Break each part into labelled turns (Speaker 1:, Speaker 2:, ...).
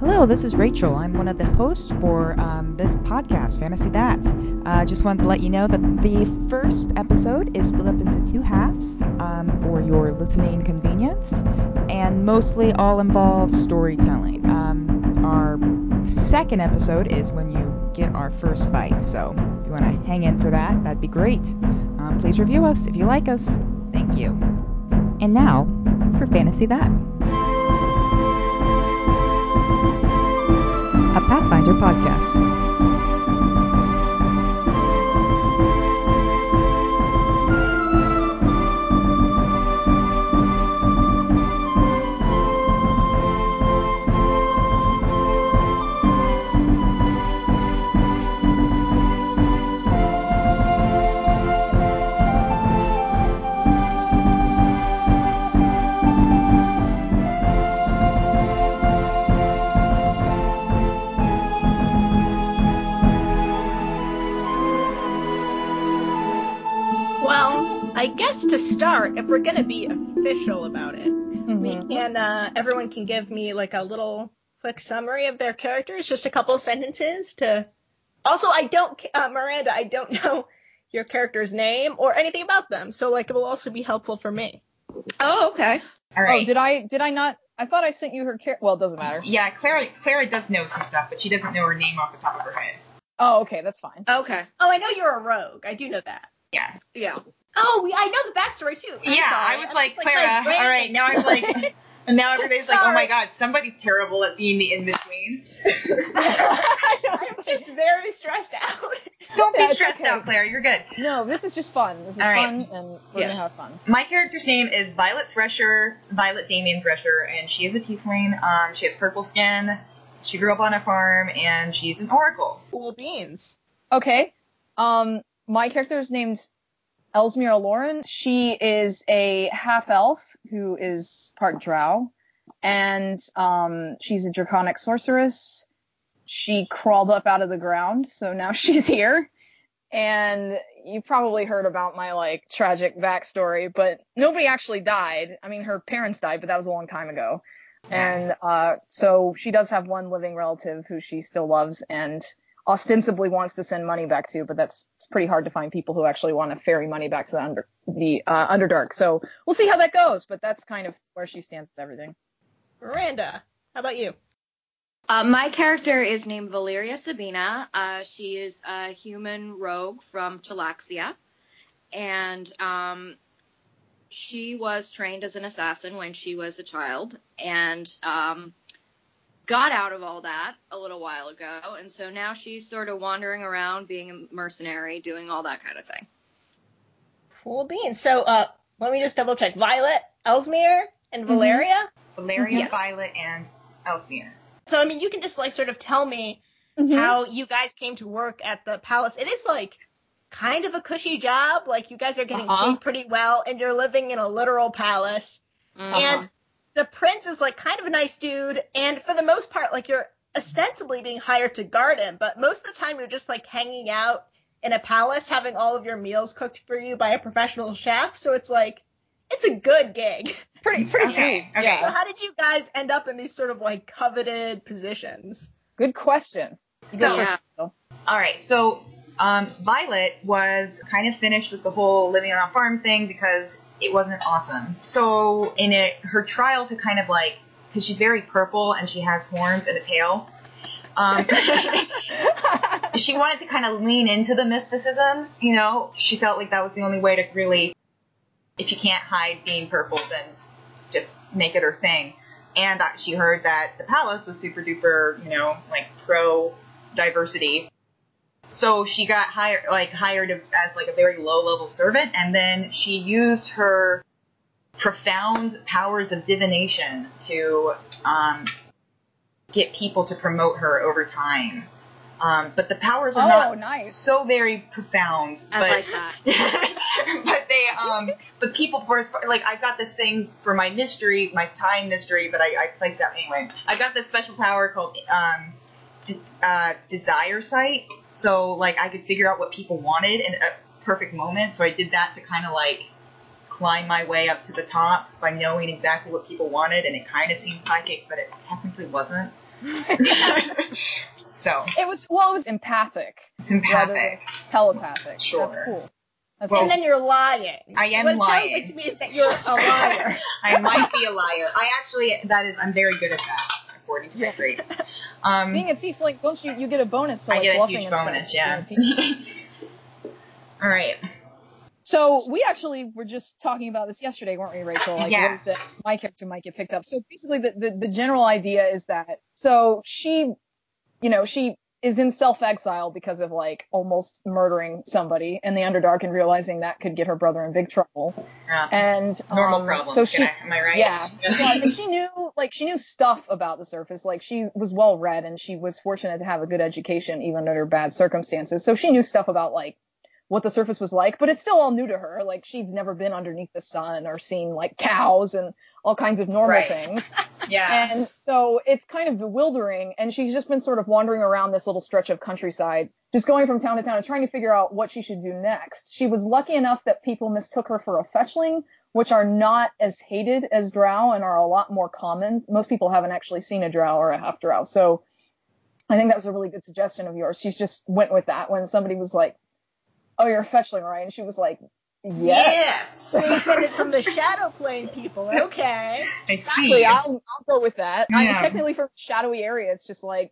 Speaker 1: Hello, this is Rachel. I'm one of the hosts for um, this podcast, Fantasy That. Uh, just wanted to let you know that the first episode is split up into two halves um, for your listening convenience, and mostly all involve storytelling. Um, our second episode is when you get our first fight, so if you want to hang in for that, that'd be great. Um, please review us if you like us. Thank you. And now for Fantasy That. a Pathfinder podcast.
Speaker 2: Well, I guess to start, if we're gonna be official about it, we
Speaker 3: Mm-hmm.
Speaker 2: can. Uh, everyone can give me like a little quick summary of their characters, just a couple sentences to. Also, I don't, uh, Miranda, I don't know your character's name or anything about them, so like it will also be helpful for me.
Speaker 4: Oh, okay.
Speaker 5: Oh,
Speaker 3: All right.
Speaker 5: did I did I not? I thought I sent you her care. Well, it doesn't matter.
Speaker 3: yeah, Clara Clara does know some stuff, but she doesn't know her name off the top of her head.
Speaker 5: Oh, okay, that's fine.
Speaker 4: Okay.
Speaker 2: Oh, I know you're a rogue. I do know that.
Speaker 3: Yeah.
Speaker 4: Yeah.
Speaker 2: Oh, we, I know the backstory too. I'm
Speaker 3: yeah,
Speaker 2: sorry.
Speaker 3: I was
Speaker 2: I'm
Speaker 3: like,
Speaker 2: just,
Speaker 3: Clara,
Speaker 2: my
Speaker 3: all right, now I'm
Speaker 2: brain is-
Speaker 3: like and now everybody's like, "Oh my
Speaker 2: Sorry.
Speaker 3: god, somebody's terrible at being the in between."
Speaker 2: I'm just very stressed out.
Speaker 3: Don't be
Speaker 5: That's
Speaker 3: stressed
Speaker 5: okay.
Speaker 3: out, Claire. You're good.
Speaker 5: No, this is just fun. This is
Speaker 3: All
Speaker 5: fun,
Speaker 3: right.
Speaker 5: and we're
Speaker 4: Yeah.
Speaker 5: gonna have fun.
Speaker 3: My character's name is Violet Thresher, Violet Damien Thresher, and she is a tiefling. Um, she has purple skin. She grew up on a farm, and she's an oracle.
Speaker 2: Cool beans.
Speaker 5: Okay. Um, my character is named Elsmira Lauren. She is a half elf who is part drow, and um, she's a draconic sorceress. She crawled up out of the ground, so now she's here. And you probably heard about my like tragic backstory, but nobody actually died. I mean, her parents died, but that was a long time ago. And uh, so she does have one living relative who she still loves, and ostensibly wants to send money back to, but that's it's pretty hard to find people who actually want to ferry money back to the under the uh, underdark. So we'll see how that goes. But that's kind of where she stands with everything.
Speaker 2: Miranda, how about you?
Speaker 4: Uh, my character is named Valeria Sabina. Uh, she is a human rogue from Chilaxia, and um, she was trained as an assassin when she was a child, and um, got out of all that a little while ago, and so now she's sort of wandering around, being a mercenary, doing all that kind of thing.
Speaker 2: Cool beans. So, uh, let me just double check. Violet, Elsmere, and Valeria.
Speaker 3: Valeria,
Speaker 4: Yes.
Speaker 3: Violet, and Elsmere.
Speaker 2: So, I mean, you can just like sort of tell me how you guys came to work at the palace. It is like kind of a cushy job. Like you guys are getting
Speaker 4: Uh-huh.
Speaker 2: paid pretty well, and you're living in a literal palace.
Speaker 4: Mm-hmm.
Speaker 3: Uh-huh.
Speaker 2: And the prince is like kind of a nice dude, and for the most part, like you're ostensibly being hired to guard him, but most of the time you're just like hanging out in a palace, having all of your meals cooked for you by a professional chef. So it's like it's a good gig.
Speaker 5: Pretty pretty
Speaker 3: Okay,
Speaker 5: sweet.
Speaker 3: okay.
Speaker 2: So
Speaker 5: Yeah.
Speaker 2: how did you guys end up in these sort of like coveted positions?
Speaker 5: Good question.
Speaker 3: So,
Speaker 4: Yeah.
Speaker 3: all right, so um, Violet was kind of finished with the whole living on a farm thing because it wasn't awesome. So, in it, her trial to kind of like, because she's very purple and she has horns and a tail. Um, she wanted to kind of lean into the mysticism, you know. She felt like that was the only way to really, if you can't hide being purple, then just make it her thing. And uh, she heard that the palace was super duper, you know, like pro diversity. So she got hired, like hired as like a very low level servant, and then she used her profound powers of divination to um, get people to promote her over time. Um, but the powers are
Speaker 5: Oh,
Speaker 3: not
Speaker 5: nice.
Speaker 3: so very profound.
Speaker 4: I
Speaker 3: but
Speaker 4: like that.
Speaker 3: but they um but people for as far like I've got this thing for my mystery, my time mystery, but I, I placed that anyway. I got this special power called um de- uh, desire sight. So like I could figure out what people wanted in a perfect moment. So I did that to kind of like climb my way up to the top by knowing exactly what people wanted, and it kind of seemed psychic, but it technically wasn't. so
Speaker 5: It was well, it was empathic
Speaker 3: it's
Speaker 5: rather
Speaker 3: empathic.
Speaker 5: than telepathic.
Speaker 3: Sure.
Speaker 5: That's cool. That's
Speaker 3: Well-
Speaker 2: and
Speaker 5: cool.
Speaker 2: then you're lying.
Speaker 3: I am
Speaker 2: what What
Speaker 3: lying.
Speaker 2: it sounds like to me is that you're a liar.
Speaker 3: I might be a liar. I actually that is I'm very good at that according to my
Speaker 5: Yes.
Speaker 3: grades. Um,
Speaker 5: Being a tiefling, don't you you get a bonus to
Speaker 3: I
Speaker 5: like
Speaker 3: get a
Speaker 5: bluffing
Speaker 3: huge
Speaker 5: and stuff.
Speaker 3: bonus,
Speaker 5: You're a
Speaker 3: yeah.
Speaker 5: tiefling.
Speaker 3: All right.
Speaker 5: So we actually were just talking about this yesterday, weren't we, Rachel? Like what
Speaker 3: Yes.
Speaker 5: is it my character might get picked up. So basically the, the, the general idea is that so she you know, she is in self exile because of like almost murdering somebody in the Underdark and realizing that could get her brother in big trouble.
Speaker 3: Yeah.
Speaker 5: And
Speaker 3: Uh, Normal
Speaker 5: um,
Speaker 3: problems.
Speaker 5: So she
Speaker 3: can I- am I right?
Speaker 5: Yeah. yeah, and she knew like she knew stuff about the surface. Like she was well read and she was fortunate to have a good education even under bad circumstances. So she knew stuff about like what the surface was like, but it's still all new to her. Like she's never been underneath the sun or seen like cows and all kinds of normal
Speaker 3: Right.
Speaker 5: things.
Speaker 3: yeah.
Speaker 5: And so it's kind of bewildering. And she's just been sort of wandering around this little stretch of countryside, just going from town to town and trying to figure out what she should do next. She was lucky enough that people mistook her for a fetchling, which are not as hated as drow and are a lot more common. Most people haven't actually seen a drow or a half drow. So I think that was a really good suggestion of yours. She's just went with that when somebody was like, Oh, you're a fetchling, right? And she was like, Yes.
Speaker 3: Yes.
Speaker 2: So you said it from the shadow plane people. Okay.
Speaker 3: I
Speaker 5: Exactly.
Speaker 3: see.
Speaker 5: I'll, I'll go with that. I mean,
Speaker 3: Yeah.
Speaker 5: technically from shadowy area, it's just like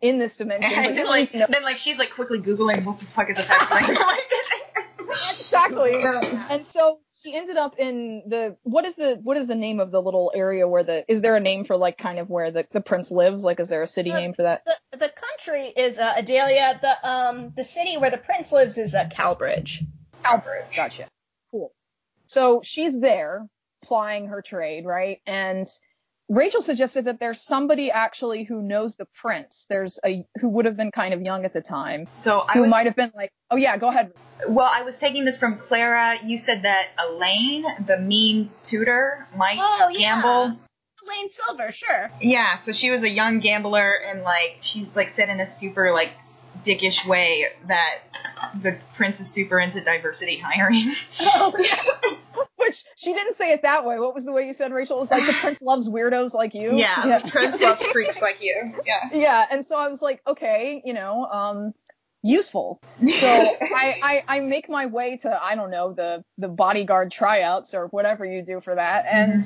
Speaker 5: in this dimension. but
Speaker 3: And
Speaker 5: you
Speaker 3: then
Speaker 5: don't
Speaker 3: like,
Speaker 5: need to know-
Speaker 3: then like she's like quickly googling what the fuck is a fact
Speaker 5: exactly. And so she ended up in the what is the what is the name of the little area where the is there a name for like kind of where the, the prince lives? Like, is there a city
Speaker 2: Uh,
Speaker 5: name for that?
Speaker 2: The, the country is uh, Adalia. The um the city where the prince lives is uh, Calbridge.
Speaker 3: Albridge.
Speaker 5: Gotcha. Cool. So she's there plying her trade, right? And Rachel suggested that there's somebody actually who knows the prince. There's a who would have been kind of young at the time.
Speaker 3: So I
Speaker 5: Who
Speaker 3: was
Speaker 5: might have been like, oh yeah, go ahead.
Speaker 3: well, I was taking this from Clara. You said that Elaine, the mean tutor, might
Speaker 2: Oh, yeah.
Speaker 3: gamble.
Speaker 2: Lane Silver, sure.
Speaker 3: Yeah, so she was a young gambler and like she's like said in a super like dickish way that the prince is super into diversity hiring.
Speaker 5: Which she didn't say it that way. What was the way you said, Rachel? It was like the prince loves weirdos like you.
Speaker 3: yeah,
Speaker 5: Yeah.
Speaker 3: the prince loves freaks like you. Yeah.
Speaker 5: Yeah, And so I was like, okay, you know, um, useful. So I, I, I make my way to, I don't know, the, the bodyguard tryouts or whatever you do for that. And,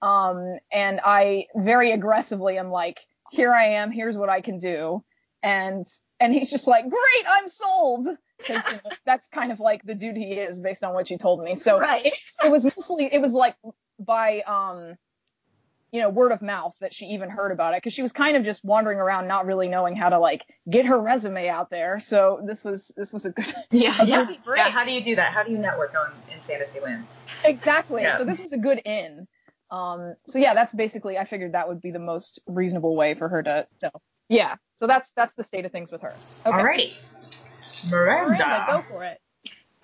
Speaker 5: um, and I very aggressively am like, here I am, here's what I can do. And, and he's just like, great, I'm sold. Because you know, that's kind of like the dude he is based on what you told me. So
Speaker 2: Right.
Speaker 5: it's, it was mostly, it was like by, um, you know, word of mouth that she even heard about it because she was kind of just wandering around, not really knowing how to like get her resume out there. So this was this was a good
Speaker 3: Yeah, yeah.
Speaker 2: That'd be great.
Speaker 3: Yeah, how do you do that? How do you network on in Fantasyland?
Speaker 5: exactly.
Speaker 3: Yeah.
Speaker 5: So this was a good in. Um, so yeah, that's basically I figured that would be the most reasonable way for her to. So yeah, so that's that's the state of things with her. Okay.
Speaker 3: Alrighty. Miranda.
Speaker 2: Miranda, go for it.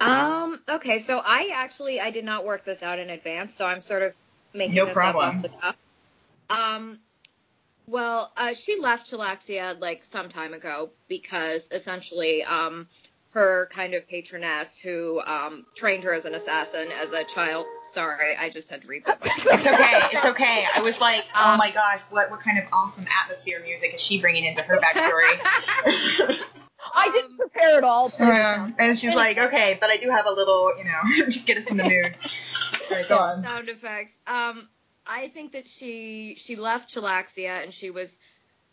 Speaker 4: Um. Okay. So I actually I did not work this out in advance, so I'm sort of making
Speaker 3: No
Speaker 4: this
Speaker 3: problem.
Speaker 4: up off the cuff. Um. Well, uh, she left Chilaxia like some time ago because essentially, um, her kind of patroness who um, trained her as an assassin as a child. Sorry, I just had to repeat myself.
Speaker 3: It's okay. It's okay. I was like, oh
Speaker 4: Um,
Speaker 3: my gosh, what what kind of awesome atmosphere music is she bringing into her backstory?
Speaker 5: I didn't prepare at all. for
Speaker 3: Yeah.
Speaker 5: this.
Speaker 3: And she's like, okay, but I do have a little, you know, to get us in the mood. All right, go on.
Speaker 4: sound effects. Um, I think that she she left Chilaxia and she was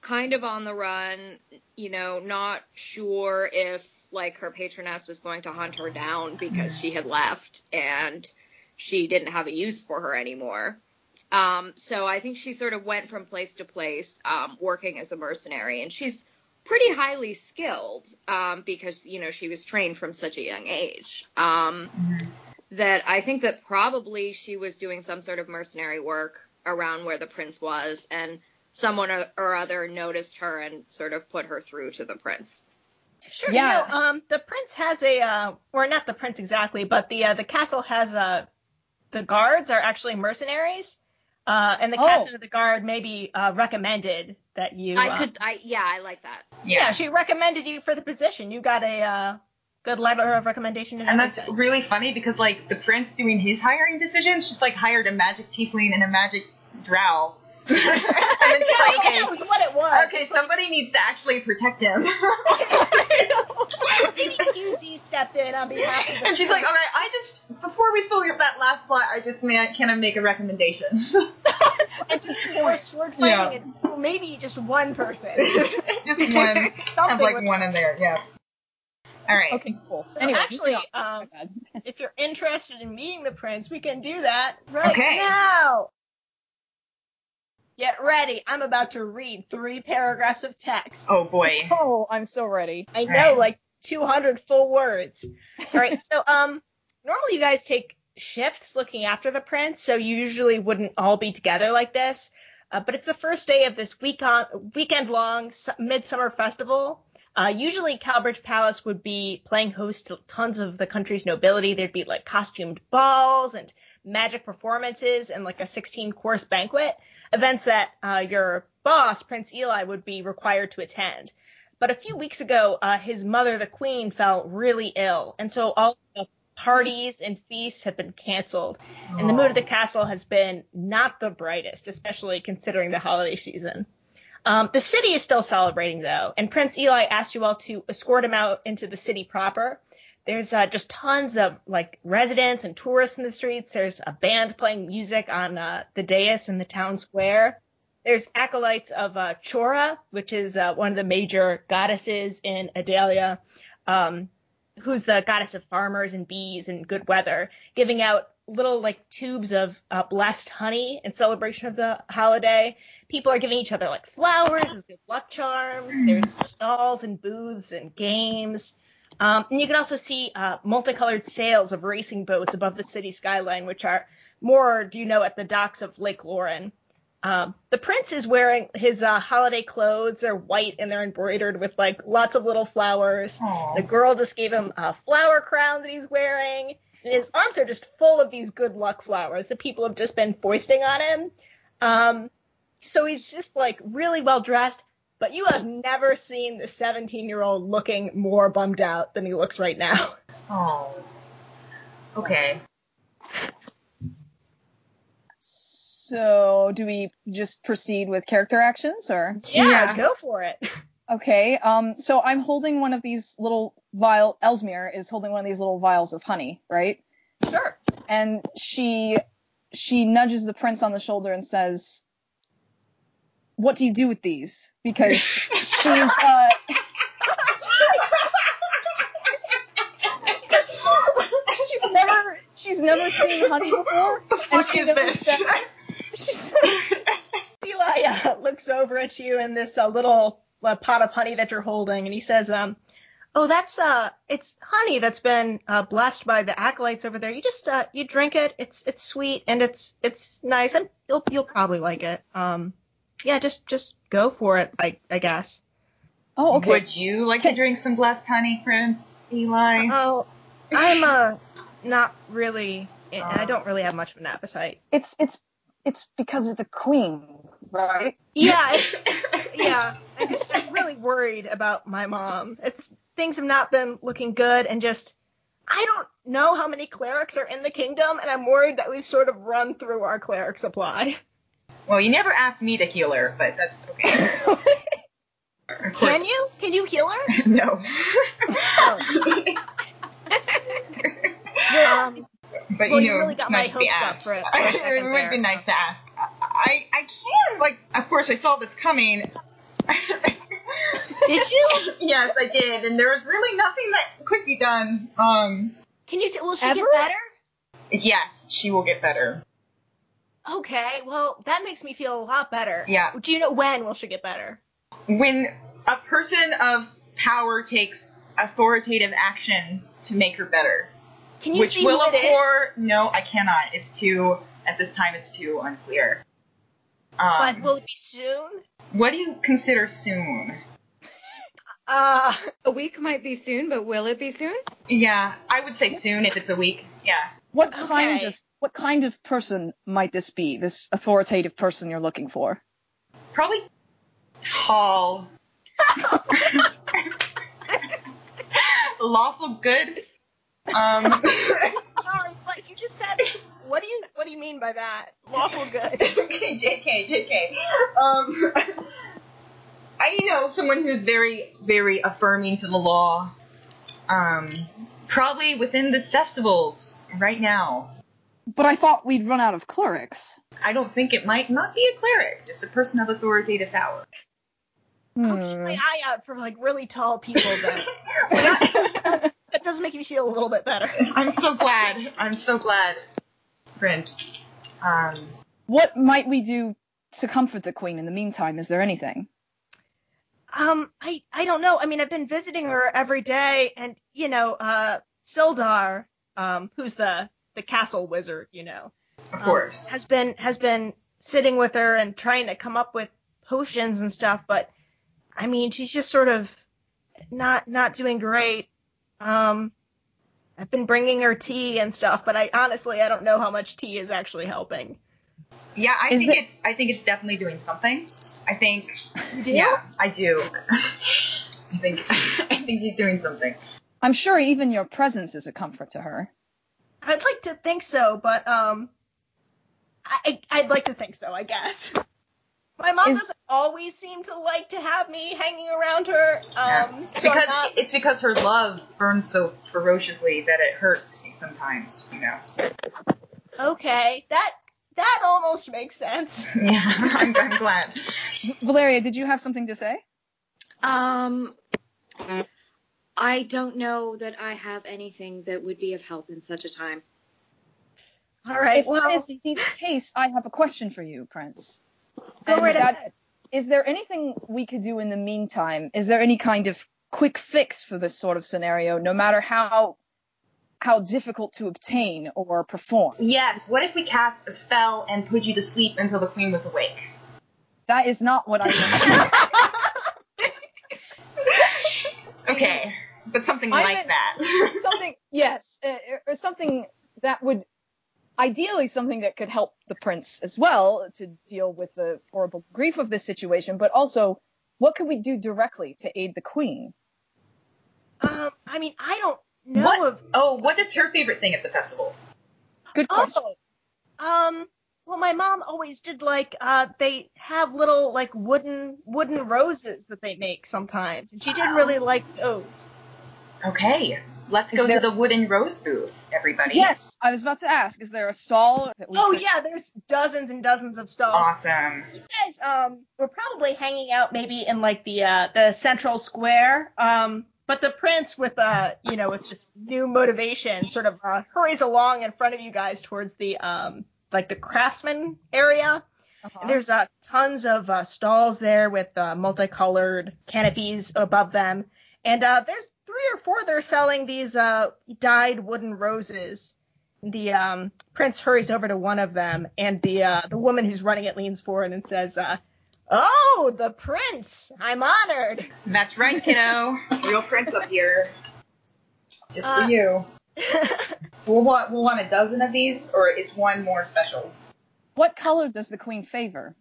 Speaker 4: kind of on the run. You know, not sure if like her patroness was going to hunt her down because she had left and she didn't have a use for her anymore. Um, so I think she sort of went from place to place, um, working as a mercenary, and she's pretty highly skilled um, because you know she was trained from such a young age. Um, that I think that probably she was doing some sort of mercenary work around where the prince was, and someone or, or other noticed her and sort of put her through to the prince.
Speaker 2: Sure.
Speaker 5: Yeah.
Speaker 2: Yeah. um, the prince has a, uh, or not the prince exactly, but the uh, the castle has uh, the guards are actually mercenaries, uh, and the
Speaker 5: Oh.
Speaker 2: captain of the guard maybe uh, recommended that you. uh,
Speaker 4: I could, I yeah, I like that.
Speaker 2: yeah. she recommended you for the position. You got a uh, good letter of recommendation.
Speaker 3: And that's
Speaker 2: everything.
Speaker 3: really funny because like the prince doing his hiring decisions just like hired a magic tiefling and a magic drow And then she's like, okay,
Speaker 2: that was what it was.
Speaker 3: okay, somebody needs to actually protect him.
Speaker 2: Maybe QZ stepped in on behalf of the
Speaker 3: and she's like, all right, I just before we fill up that last slot, I just man, can I make a recommendation?
Speaker 2: it's just more sword fighting and maybe just one person.
Speaker 3: just one, have
Speaker 2: Something
Speaker 3: like
Speaker 2: with-
Speaker 3: one in there, yeah. All right.
Speaker 5: Okay, cool. Anyway,
Speaker 2: actually,
Speaker 5: moving on.
Speaker 2: um,
Speaker 5: My bad.
Speaker 2: if you're interested in meeting the prince, we can do that right
Speaker 3: Okay.
Speaker 2: now. Get ready. I'm about to read three paragraphs of text.
Speaker 3: Oh boy.
Speaker 5: oh, I'm so ready.
Speaker 2: I know,
Speaker 3: Right.
Speaker 2: like 200 full words. All right. So, um, normally you guys take shifts looking after the prince, so you usually wouldn't all be together like this. Uh, but it's the first day of this weekend weekend long midsummer festival. Uh, usually, Cowbridge Palace would be playing host to tons of the country's nobility. There'd be like costumed balls and magic performances and like a 16 course banquet, events that uh, your boss, Prince Eli, would be required to attend. But a few weeks ago, uh, his mother, the queen, fell really ill, and so all the parties and feasts have been canceled. And the mood of the castle has been not the brightest, especially considering the holiday season. Um, the city is still celebrating, though, and Prince Eli asked you all to escort him out into the city proper. There's uh, just tons of like residents and tourists in the streets. There's a band playing music on uh, the dais in the town square. There's acolytes of uh, Chora, which is uh, one of the major goddesses in Adalia, um, who's the goddess of farmers and bees and good weather, giving out little like tubes of uh, blessed honey in celebration of the holiday. People are giving each other like flowers as good luck charms. There's stalls and booths and games. Um, and you can also see uh, multicolored sails of racing boats above the city skyline, which are moored, you know, at the docks of Lake Lauren. Um, the prince is wearing his uh, holiday clothes. They're white and they're embroidered with like lots of little flowers.
Speaker 3: Aw.
Speaker 2: The girl just gave him a flower crown that he's wearing. And his arms are just full of these good luck flowers that people have just been foisting on him. Um, so he's just like really well dressed, but you have never seen the 17 year old looking more bummed out than he looks right now.
Speaker 3: Oh. Okay.
Speaker 5: So, do we just proceed with character actions or?
Speaker 3: Yeah.
Speaker 2: go for it.
Speaker 5: Okay. Um. So I'm holding one of these little vial. Elsmere is holding one of these little vials of honey, right?
Speaker 2: Sure.
Speaker 5: And she she nudges the prince on the shoulder and says, "What do you do with these?" Because she's uh, she's never she's never seen honey before.
Speaker 3: the fuck
Speaker 5: she
Speaker 3: is
Speaker 5: never
Speaker 3: this?
Speaker 5: said- She's never
Speaker 2: Eli uh, looks over at you in this uh, little uh, pot of honey that you're holding, and he says, um, "Oh, that's uh, it's honey that's been uh, blessed by the acolytes over there. You just uh, you drink it. It's it's sweet and it's it's nice, and you'll you'll probably like it. Um, yeah, just just go for it. I I guess.
Speaker 5: Oh, okay.
Speaker 3: Would you like to drink some blessed honey, Prince Eli?
Speaker 2: Oh, I'm uh, not really. I don't really have much of an appetite.
Speaker 5: It's it's it's because of the queen, right?
Speaker 2: Yeah, it's, yeah. I just I'm really worried about my mom. It's things have not been looking good, and just I don't know how many clerics are in the kingdom, and I'm worried that we've sort of run through our cleric supply.
Speaker 3: Well, you never asked me to heal her, but that's okay. Of course.
Speaker 2: Can you? Can you heal her?
Speaker 3: No.
Speaker 2: Um,
Speaker 3: But
Speaker 2: Well,
Speaker 3: you
Speaker 2: you
Speaker 3: know,
Speaker 2: really got
Speaker 3: it's
Speaker 2: my
Speaker 3: nice to be
Speaker 2: hopes up
Speaker 3: asked.
Speaker 2: for it for a second
Speaker 3: it would be
Speaker 2: there.
Speaker 3: nice to ask. I, I can, like, of course, I saw this coming.
Speaker 2: did you?
Speaker 3: yes, I did, and there was really nothing that could be done. Um,
Speaker 2: Can you? T- will she
Speaker 5: Ever?
Speaker 2: get better?
Speaker 3: yes, she will get better.
Speaker 2: Okay. Well, that makes me feel a lot better.
Speaker 3: Yeah.
Speaker 2: Do you know when will she get better?
Speaker 3: When a person of power takes authoritative action to make her better,
Speaker 2: Can you
Speaker 3: which
Speaker 2: see
Speaker 3: will
Speaker 2: who it is?
Speaker 3: occur. No, I cannot. It's too at this time. It's too unclear. Um,
Speaker 2: But will it be soon?
Speaker 3: what do you consider soon?
Speaker 2: Uh,
Speaker 4: A week might be soon, but will it be soon?
Speaker 3: Yeah, I would say soon if it's a week. Yeah.
Speaker 5: What kind
Speaker 2: Okay.
Speaker 5: of what kind of person might this be? This authoritative person you're looking for?
Speaker 3: Probably tall. Lawful Um, good. Um,
Speaker 2: sorry, but you just said What do you What do you mean by that? Lawful good.
Speaker 3: JK, JK. Um, I know someone who's very, very affirming to the law. Um, probably within this festivals right now.
Speaker 5: But I thought we'd run out of clerics.
Speaker 3: I don't think it might not be a cleric, just a person of authoritative power.
Speaker 2: I'll keep
Speaker 5: Hmm.
Speaker 2: my eye out for like really tall people. Then that does make me feel a little bit better.
Speaker 3: I'm so glad. I'm so glad, Prince. Um,
Speaker 5: What might we do to comfort the queen in the meantime? Is there anything?
Speaker 2: Um, I I don't know. I mean, I've been visiting her every day, and you know, uh, Sildar, um, who's the the castle wizard, you know,
Speaker 3: of course.
Speaker 2: has been has been sitting with her and trying to come up with potions and stuff. But I mean, she's just sort of not not doing great. Um, I've been bringing her tea and stuff, but I honestly I don't know how much tea is actually helping.
Speaker 3: Yeah, I
Speaker 5: Is
Speaker 3: think
Speaker 5: it-
Speaker 3: it's I think it's definitely doing something. I think
Speaker 2: do?
Speaker 3: Yeah, I do. I think I think she's doing something.
Speaker 5: I'm sure even your presence is a comfort to her.
Speaker 2: I'd like to think so, but um, I I- I'd like to think so, I guess. My mom
Speaker 5: Is-
Speaker 2: doesn't always seem to like to have me hanging around her.
Speaker 3: Yeah.
Speaker 2: Um,
Speaker 3: it's
Speaker 2: so I'm
Speaker 3: because
Speaker 2: not-
Speaker 3: it's because her love burns so ferociously that it hurts me sometimes, you know.
Speaker 2: okay, that that almost makes sense.
Speaker 3: Yeah, I'm, I'm glad.
Speaker 5: Valeria, did you have something to say?
Speaker 4: Um, I don't know that I have anything that would be of help in such a time.
Speaker 2: All right,
Speaker 5: if
Speaker 2: well,
Speaker 5: that is indeed the case, I have a question for you, Prince.
Speaker 2: Go
Speaker 5: And
Speaker 2: right
Speaker 5: that-
Speaker 2: ahead.
Speaker 5: Is there anything we could do in the meantime? Is there any kind of quick fix for this sort of scenario, no matter how how difficult to obtain or perform?
Speaker 3: Yes, what if we cast a spell and put you to sleep until the queen was awake?
Speaker 5: That is not what I.
Speaker 3: Okay. But something
Speaker 5: I
Speaker 3: like
Speaker 5: meant-
Speaker 3: that.
Speaker 5: something, yes, uh, or something that would, ideally, something that could help the prince as well to deal with the horrible grief of this situation, but also, what could we do directly to aid the queen?
Speaker 2: um, I mean, I don't know
Speaker 3: What?
Speaker 2: of
Speaker 3: oh, what is her favorite thing at the festival?
Speaker 5: Good question.
Speaker 2: Oh, um, well, my mom always did like uh, they have little like wooden wooden roses that they make sometimes, and she did really like those.
Speaker 3: Okay. Let's
Speaker 5: Is
Speaker 3: go
Speaker 5: there-
Speaker 3: to the wooden rose booth, everybody.
Speaker 5: Yes, I was about to ask. Is there a stall? That we
Speaker 2: Oh
Speaker 5: could- Uh-huh.
Speaker 2: yeah, there's dozens and dozens of stalls.
Speaker 3: Awesome.
Speaker 2: You guys, um, we're probably hanging out maybe in like the uh, the central square. Um, but the prince with uh, you know, with this new motivation, sort of uh, hurries along in front of you guys towards the um, like the craftsman area.
Speaker 5: Uh-huh.
Speaker 2: And There's uh, tons of uh, stalls there with uh, multicolored canopies above them, and uh, there's three or four that are selling these uh, dyed wooden roses. The um, prince hurries over to one of them, and the uh, the woman who's running it leans forward and says, uh, "Oh, the prince! I'm honored."
Speaker 3: That's right, kiddo. Real prince up here. Just
Speaker 2: Uh,
Speaker 3: for you. So we'll want we'll want a dozen of these, or is one more special?
Speaker 5: What color does the queen favor?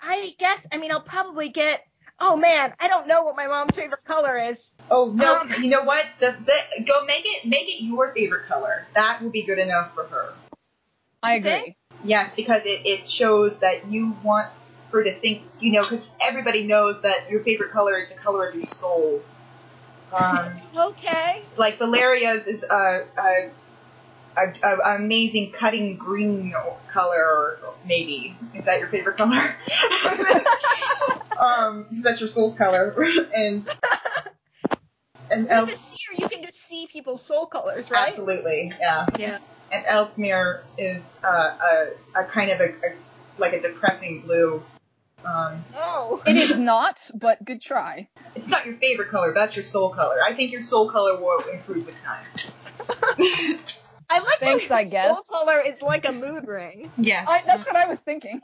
Speaker 2: I guess. I mean, I'll probably get. Oh man, I don't know what my mom's favorite color is.
Speaker 3: Oh no!
Speaker 2: Um,
Speaker 3: you know what? The, the go make it make it your favorite color. That will be good enough for her.
Speaker 5: I
Speaker 2: You
Speaker 5: agree.
Speaker 2: think?
Speaker 3: Yes, because it, it shows that you want her to think. You know, because everybody knows that your favorite color is the color of your soul. Um,
Speaker 2: Okay.
Speaker 3: like Valeria's is a, a, a, a amazing cutting green color, maybe. Is that your favorite color? um, is that your soul's color? and and
Speaker 2: With a
Speaker 3: Els-
Speaker 2: seer, you can just see people's soul colors, right?
Speaker 3: absolutely, yeah.
Speaker 4: Yeah.
Speaker 3: And Elsmere is uh, a, a kind of a, a like a depressing blue. Um,
Speaker 2: Oh.
Speaker 5: It is not, but good try.
Speaker 3: it's not your favorite color. That's your soul color. I think your soul color will improve with time.
Speaker 2: I like
Speaker 5: Thanks,
Speaker 2: that
Speaker 5: I
Speaker 2: his
Speaker 5: guess.
Speaker 2: soul color is like a mood ring.
Speaker 3: Yes.
Speaker 5: I, that's what I was thinking.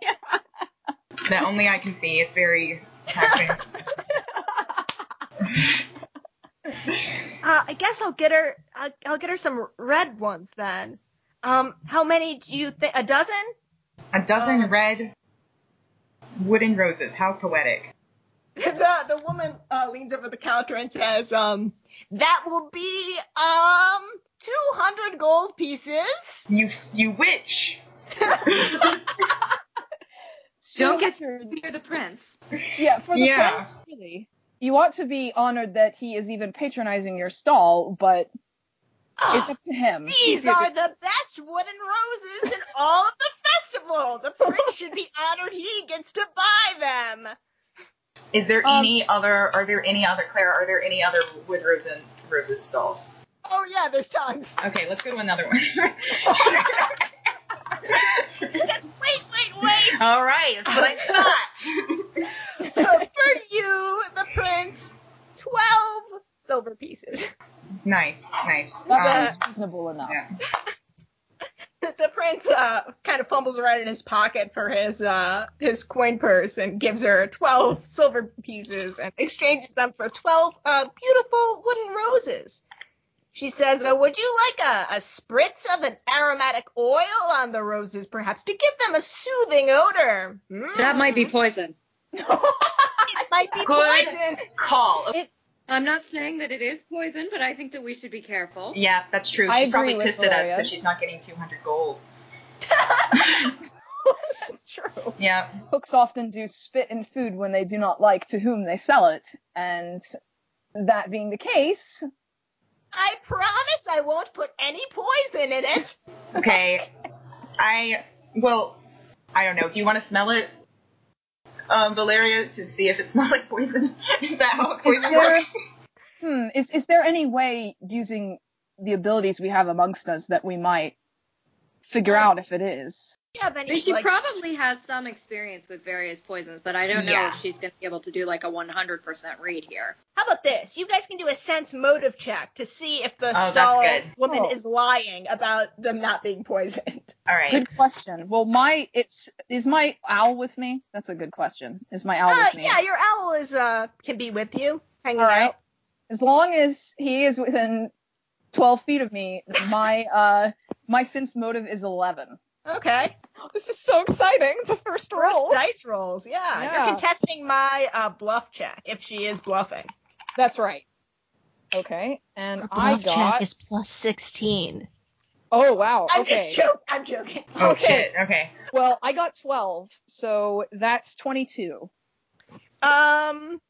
Speaker 3: that only I can see. It's very taxing.
Speaker 2: Uh, I guess I'll get her. I'll, I'll get her some red ones then. Um, how many do you think? A dozen?
Speaker 3: A dozen
Speaker 2: Um,
Speaker 3: red wooden roses. How poetic.
Speaker 2: the the woman uh, leans over the counter and says, um, "That will be um 200 gold pieces.
Speaker 3: You you witch.
Speaker 4: Don't get
Speaker 5: Sure.
Speaker 4: near the prince.
Speaker 5: Yeah, for the
Speaker 3: Yeah.
Speaker 5: prince, really. You ought to be honored that he is even patronizing your stall, but it's
Speaker 2: Ah,
Speaker 5: up to him.
Speaker 2: these are the best wooden roses in all of the festival. The prince should be honored he gets to buy them.
Speaker 3: Is there
Speaker 5: Um,
Speaker 3: any other? Are there any other? Claire, are there any other wood rose and roses stalls?
Speaker 2: Oh yeah, there's tons.
Speaker 3: Okay, let's go to another one.
Speaker 2: He says, wait, wait, wait.
Speaker 3: All right, that's what I
Speaker 2: For you, the prince, 12 silver pieces.
Speaker 3: thought. nice, nice.
Speaker 5: That
Speaker 3: Um,
Speaker 5: sounds reasonable enough.
Speaker 3: yeah.
Speaker 2: the prince uh, kind of fumbles around in his pocket for his uh, his coin purse and gives her 12 silver pieces and exchanges them for 12 uh, beautiful wooden roses. She says, uh, Would you like a, a spritz of an aromatic oil on the roses, perhaps, to give them a soothing odor? Mm,
Speaker 4: That might be poison.
Speaker 2: it might be
Speaker 3: Good.
Speaker 2: poison.
Speaker 3: Call.
Speaker 4: I'm not saying that it is poison, but I think that we should be careful.
Speaker 3: Yeah, that's true.
Speaker 5: I
Speaker 3: She's
Speaker 5: agree
Speaker 3: probably
Speaker 5: with
Speaker 3: pissed at us
Speaker 5: Valeria.
Speaker 3: because she's not getting 200 gold.
Speaker 2: That's true.
Speaker 3: Yeah.
Speaker 5: Cooks often do spit in food when they do not like to whom they sell it, and that being the case,
Speaker 2: I promise I won't put any poison in it.
Speaker 3: Okay. I well, I don't know. Do you want to smell it, um, Valeria, to see if it smells like poison? Is that how poison
Speaker 5: there-
Speaker 3: works?
Speaker 5: hmm, is is there any way using the abilities we have amongst us that we might figure out if it is?
Speaker 2: Yeah, then
Speaker 4: I mean,
Speaker 2: he's
Speaker 4: she
Speaker 2: like,
Speaker 4: probably has some experience with various poisons, but I don't know
Speaker 3: Yeah.
Speaker 4: if she's going to be able to do like a 100% read here.
Speaker 2: How about this? You guys can do a sense motive check to see if the
Speaker 3: Oh, that's
Speaker 2: stall
Speaker 3: good.
Speaker 2: woman
Speaker 5: Oh.
Speaker 2: is lying about them not being poisoned.
Speaker 3: All right.
Speaker 5: Good question. Well, my it's is my owl with me? That's a good question. Is my owl
Speaker 2: Uh,
Speaker 5: with me?
Speaker 2: yeah, your owl is uh can be with you, hanging
Speaker 5: All right.
Speaker 2: out.
Speaker 5: As long as he is within 12 feet of me, my uh my sense motive is 11.
Speaker 2: Okay.
Speaker 5: This is so exciting. The first
Speaker 2: First dice rolls. Yeah.
Speaker 5: Oh. Yeah.
Speaker 2: You're contesting my uh, bluff check if she is bluffing.
Speaker 5: That's right. Okay. And
Speaker 6: Her
Speaker 5: I
Speaker 6: bluff
Speaker 5: got
Speaker 6: check is plus 16.
Speaker 5: Oh wow.
Speaker 2: I'm
Speaker 5: okay.
Speaker 2: just joking. I'm joking.
Speaker 3: Oh
Speaker 5: okay.
Speaker 3: shit. Okay.
Speaker 5: well, I got 12. So that's 22.
Speaker 2: Um,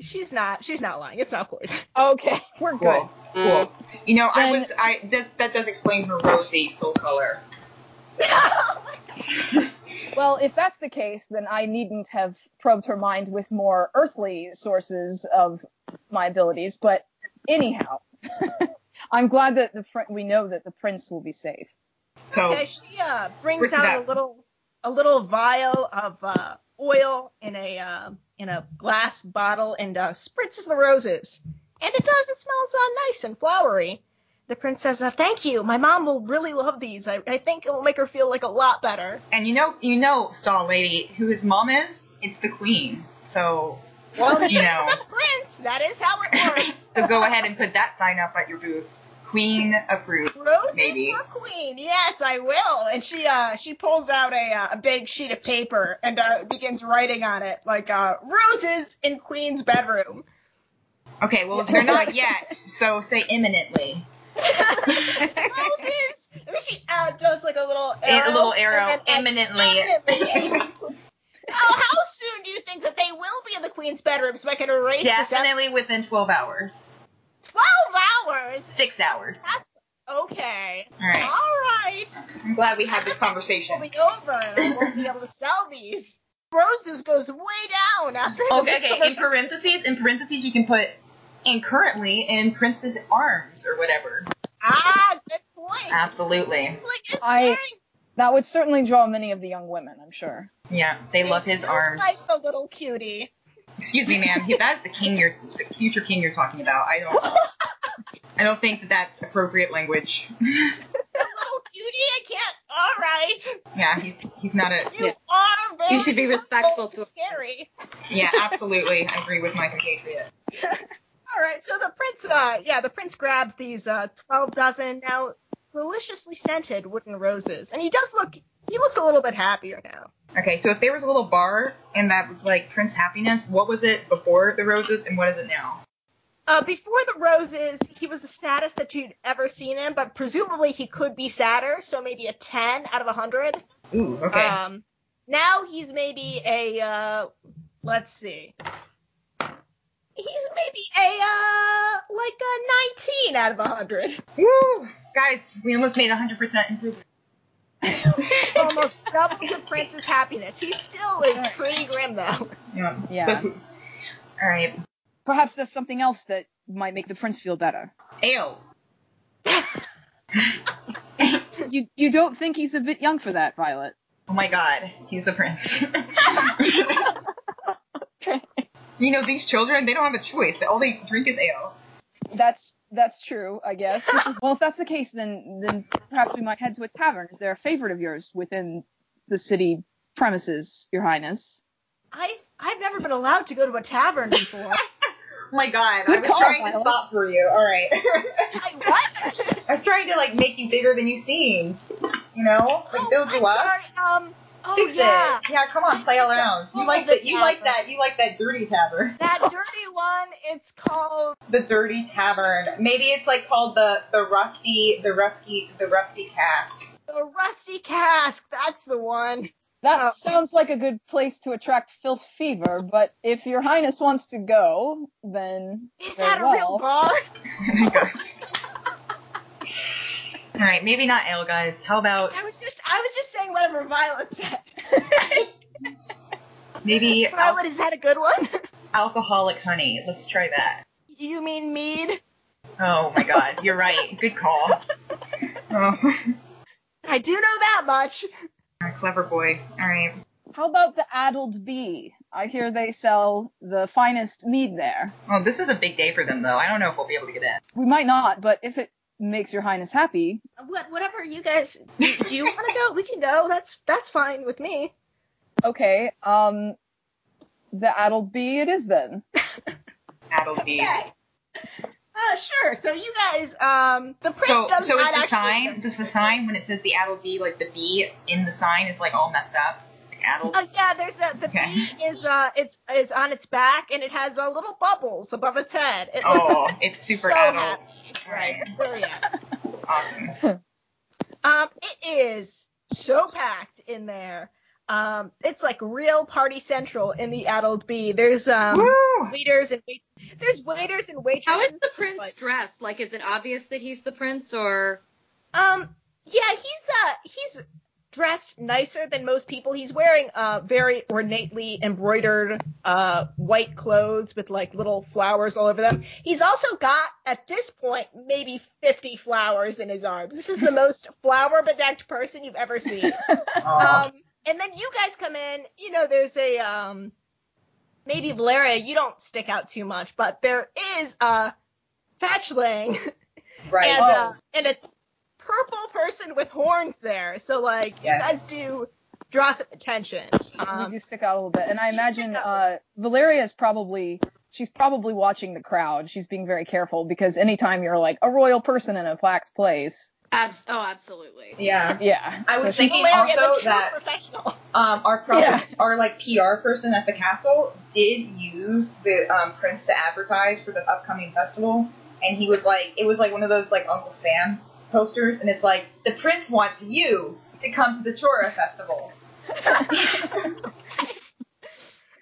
Speaker 2: she's not. She's not lying. It's not poison.
Speaker 5: Okay. We're good.
Speaker 3: Cool. Cool. You know, I
Speaker 5: Then-
Speaker 3: was. I this that does explain her rosy soul color.
Speaker 5: Well, if that's the case, then I needn't have probed her mind with more earthly sources of my abilities. But anyhow, I'm glad that the prin- we know that the prince will be safe.
Speaker 3: So
Speaker 2: Okay, she uh, brings
Speaker 3: Oh. Switch it
Speaker 2: out a
Speaker 3: up.
Speaker 2: little a little vial of uh, oil in a uh, in a glass bottle and uh, spritzes the roses. And it does. It smells uh, nice and flowery. The prince says, uh, "Thank you. My mom will really love these. I, I think it will make her feel like a lot better."
Speaker 3: and you know you know stall lady who his mom is. It's the queen. So
Speaker 2: Well,
Speaker 3: you
Speaker 2: he's
Speaker 3: know.
Speaker 2: the prince. That is how it works.
Speaker 3: So go ahead and put that sign up at your booth. Queen approved.
Speaker 2: Roses
Speaker 3: Maybe.
Speaker 2: for queen. Yes, I will. And she uh she pulls out a uh, a big sheet of paper and uh, begins writing on it like uh roses in queen's bedroom.
Speaker 3: Okay. Well, they're not yet. So say imminently.
Speaker 2: roses. And then she uh, does like a little
Speaker 3: A
Speaker 2: arrow.
Speaker 3: little arrow.
Speaker 2: and then, like,
Speaker 3: imminently.
Speaker 2: imminently. oh, how soon do you think that they will be in the queen's bedroom so I can erase this out?
Speaker 3: Definitely within 12 hours.
Speaker 2: Twelve hours.
Speaker 3: Six hours.
Speaker 2: That's okay.
Speaker 3: All right.
Speaker 2: All right.
Speaker 3: I'm glad we had this conversation.
Speaker 2: will be over and I won't be able to sell these. Roses goes way down after the
Speaker 3: Okay, okay. In parentheses, in parentheses, you can put and currently in Prince's arms or whatever.
Speaker 2: Ah, good point.
Speaker 3: Absolutely.
Speaker 2: Like, it's
Speaker 5: I-
Speaker 2: very
Speaker 5: That would certainly draw many of the young women, I'm sure.
Speaker 3: Yeah, they love his
Speaker 2: just
Speaker 3: arms.
Speaker 2: Like the little cutie.
Speaker 3: Excuse me, ma'am. He, that's the king you're, the future king you're talking about. I don't. I don't think that that's appropriate language.
Speaker 2: The little cutie, I can't. All right.
Speaker 3: Yeah, he's he's not a.
Speaker 2: You
Speaker 4: Yeah.
Speaker 2: are very
Speaker 4: You should be respectful
Speaker 2: cruel and
Speaker 4: to-
Speaker 2: Scary.
Speaker 3: Yeah, absolutely. I agree with my compatriot.
Speaker 2: All right, so the prince, uh, yeah, the prince grabs these uh, twelve dozen now deliciously scented wooden roses, and he does look, he looks a little bit happier now.
Speaker 3: Okay, so if there was a little bar and that was like Prince Happiness, what was it before the roses and what is it now?
Speaker 2: Uh, before the roses, he was the saddest that you'd ever seen him, but presumably he could be sadder, so maybe a 10 out of 100.
Speaker 3: Ooh, okay.
Speaker 2: Um, now he's maybe a, uh, let's see. He's maybe a, uh, like a 19 out of 100.
Speaker 3: Woo! Guys, we almost made 100% improvement.
Speaker 2: Almost double the prince's happiness. He still is pretty grim, though.
Speaker 3: Yeah.
Speaker 5: Yeah.
Speaker 3: All right.
Speaker 5: Perhaps that's something else that might make the prince feel better.
Speaker 3: Ale.
Speaker 5: You you don't think he's a bit young for that, Violet?
Speaker 3: Oh my god, he's the prince. you know, these children, they don't have a choice. All they drink is ale.
Speaker 5: That's that's true, I guess. well, if that's the case, then then perhaps we might head to a tavern. Is there a favorite of yours within the city premises, Your Highness?
Speaker 2: I, I've never been allowed to go to a tavern before.
Speaker 3: Oh my god,
Speaker 5: Good
Speaker 3: I was
Speaker 5: call,
Speaker 3: trying to
Speaker 5: Violet.
Speaker 3: stop for you. All right.
Speaker 2: I, what?
Speaker 3: I was trying to, like, make you bigger than you seemed. You know? Like,
Speaker 2: Oh,
Speaker 3: build
Speaker 2: I'm
Speaker 3: you up.
Speaker 2: sorry. Um. Oh
Speaker 3: Fix
Speaker 2: yeah.
Speaker 3: it. Yeah, come on, play around. You
Speaker 2: Oh,
Speaker 3: like
Speaker 2: the
Speaker 3: that. You like
Speaker 2: tavern.
Speaker 3: that. You like that dirty tavern.
Speaker 2: That dirty one. It's called.
Speaker 3: The dirty tavern. Maybe it's like called the the rusty the rusty the rusty cask.
Speaker 2: The Rusty Cask, that's the one.
Speaker 5: That
Speaker 2: Oh.
Speaker 5: sounds like a good place to attract filth fever, but if Your Highness wants to go, then
Speaker 2: Is
Speaker 5: Very
Speaker 2: that a
Speaker 5: well.
Speaker 2: real bar?
Speaker 3: Oh my god. All right, maybe not ale, guys. How about
Speaker 2: I was just I was just saying whatever Violet said.
Speaker 3: maybe al-
Speaker 2: Violet, is that a good one?
Speaker 3: alcoholic honey? Let's try that.
Speaker 2: You mean mead?
Speaker 3: Oh my god, you're right. Good call. Oh,
Speaker 2: I do know that much.
Speaker 3: clever boy. All right.
Speaker 5: how about the addled bee? I hear they sell the finest mead there.
Speaker 3: Well, this is a big day for them, though. I don't know if we'll be able to get in.
Speaker 5: We might not, but if it makes Your Highness happy,
Speaker 2: What whatever you guys do, do you want to go? We can go. That's that's fine with me.
Speaker 5: okay. Um, the addled bee it is then.
Speaker 3: That'll be.
Speaker 2: Okay. Uh, sure. So you guys, um, the prince
Speaker 3: So,
Speaker 2: does
Speaker 3: so is
Speaker 2: not
Speaker 3: the
Speaker 2: actually.
Speaker 3: sign? Does the sign when it says the addle bee, like the bee in the sign, is like all messed up? Like addle.
Speaker 2: Uh, yeah, there's a the
Speaker 3: Okay.
Speaker 2: bee is uh it's is on its back and it has uh, little bubbles above its head. It looks
Speaker 3: Oh, it's super
Speaker 2: so
Speaker 3: addle.
Speaker 2: happy. Right. Oh yeah.
Speaker 3: Awesome.
Speaker 2: Um, it is so packed in there. Um, it's like real party central in the adult B. There's um
Speaker 3: Woo!
Speaker 2: waiters and wait- there's waiters and waitresses.
Speaker 4: How is the prince
Speaker 2: Like,
Speaker 4: dressed? Like, is it obvious that he's the prince, or
Speaker 2: um, yeah, he's uh he's dressed nicer than most people. He's wearing uh very ornately embroidered uh white clothes with like little flowers all over them. He's also got at this point maybe 50 flowers in his arms. This is the most flower bedecked person you've ever seen.
Speaker 3: Aw.
Speaker 2: Um, and then you guys come in. You know, there's a um, maybe Valeria. You don't stick out too much, but there is a fetchling
Speaker 3: right.
Speaker 2: and, uh, and a purple person with horns there. So like
Speaker 3: Yes.
Speaker 2: you guys do draw some attention.
Speaker 5: we
Speaker 2: Um,
Speaker 5: do stick out a little bit, and I
Speaker 2: you stick
Speaker 5: imagine
Speaker 2: out.
Speaker 5: uh, Valeria is probably she's probably watching the crowd. She's being very careful because anytime you're like a royal person in a packed place,
Speaker 4: abs- oh, absolutely.
Speaker 3: yeah.
Speaker 5: yeah.
Speaker 3: I
Speaker 5: she's-
Speaker 3: was thinking
Speaker 2: Valeria,
Speaker 3: also
Speaker 2: the true
Speaker 3: that
Speaker 2: professional.
Speaker 3: um, our pro-
Speaker 5: Yeah.
Speaker 3: our like PR person at the castle did use the um, prince to advertise for the upcoming festival, and he was like, it was like one of those like Uncle Sam posters, and it's like the prince wants you to come to the Chora festival.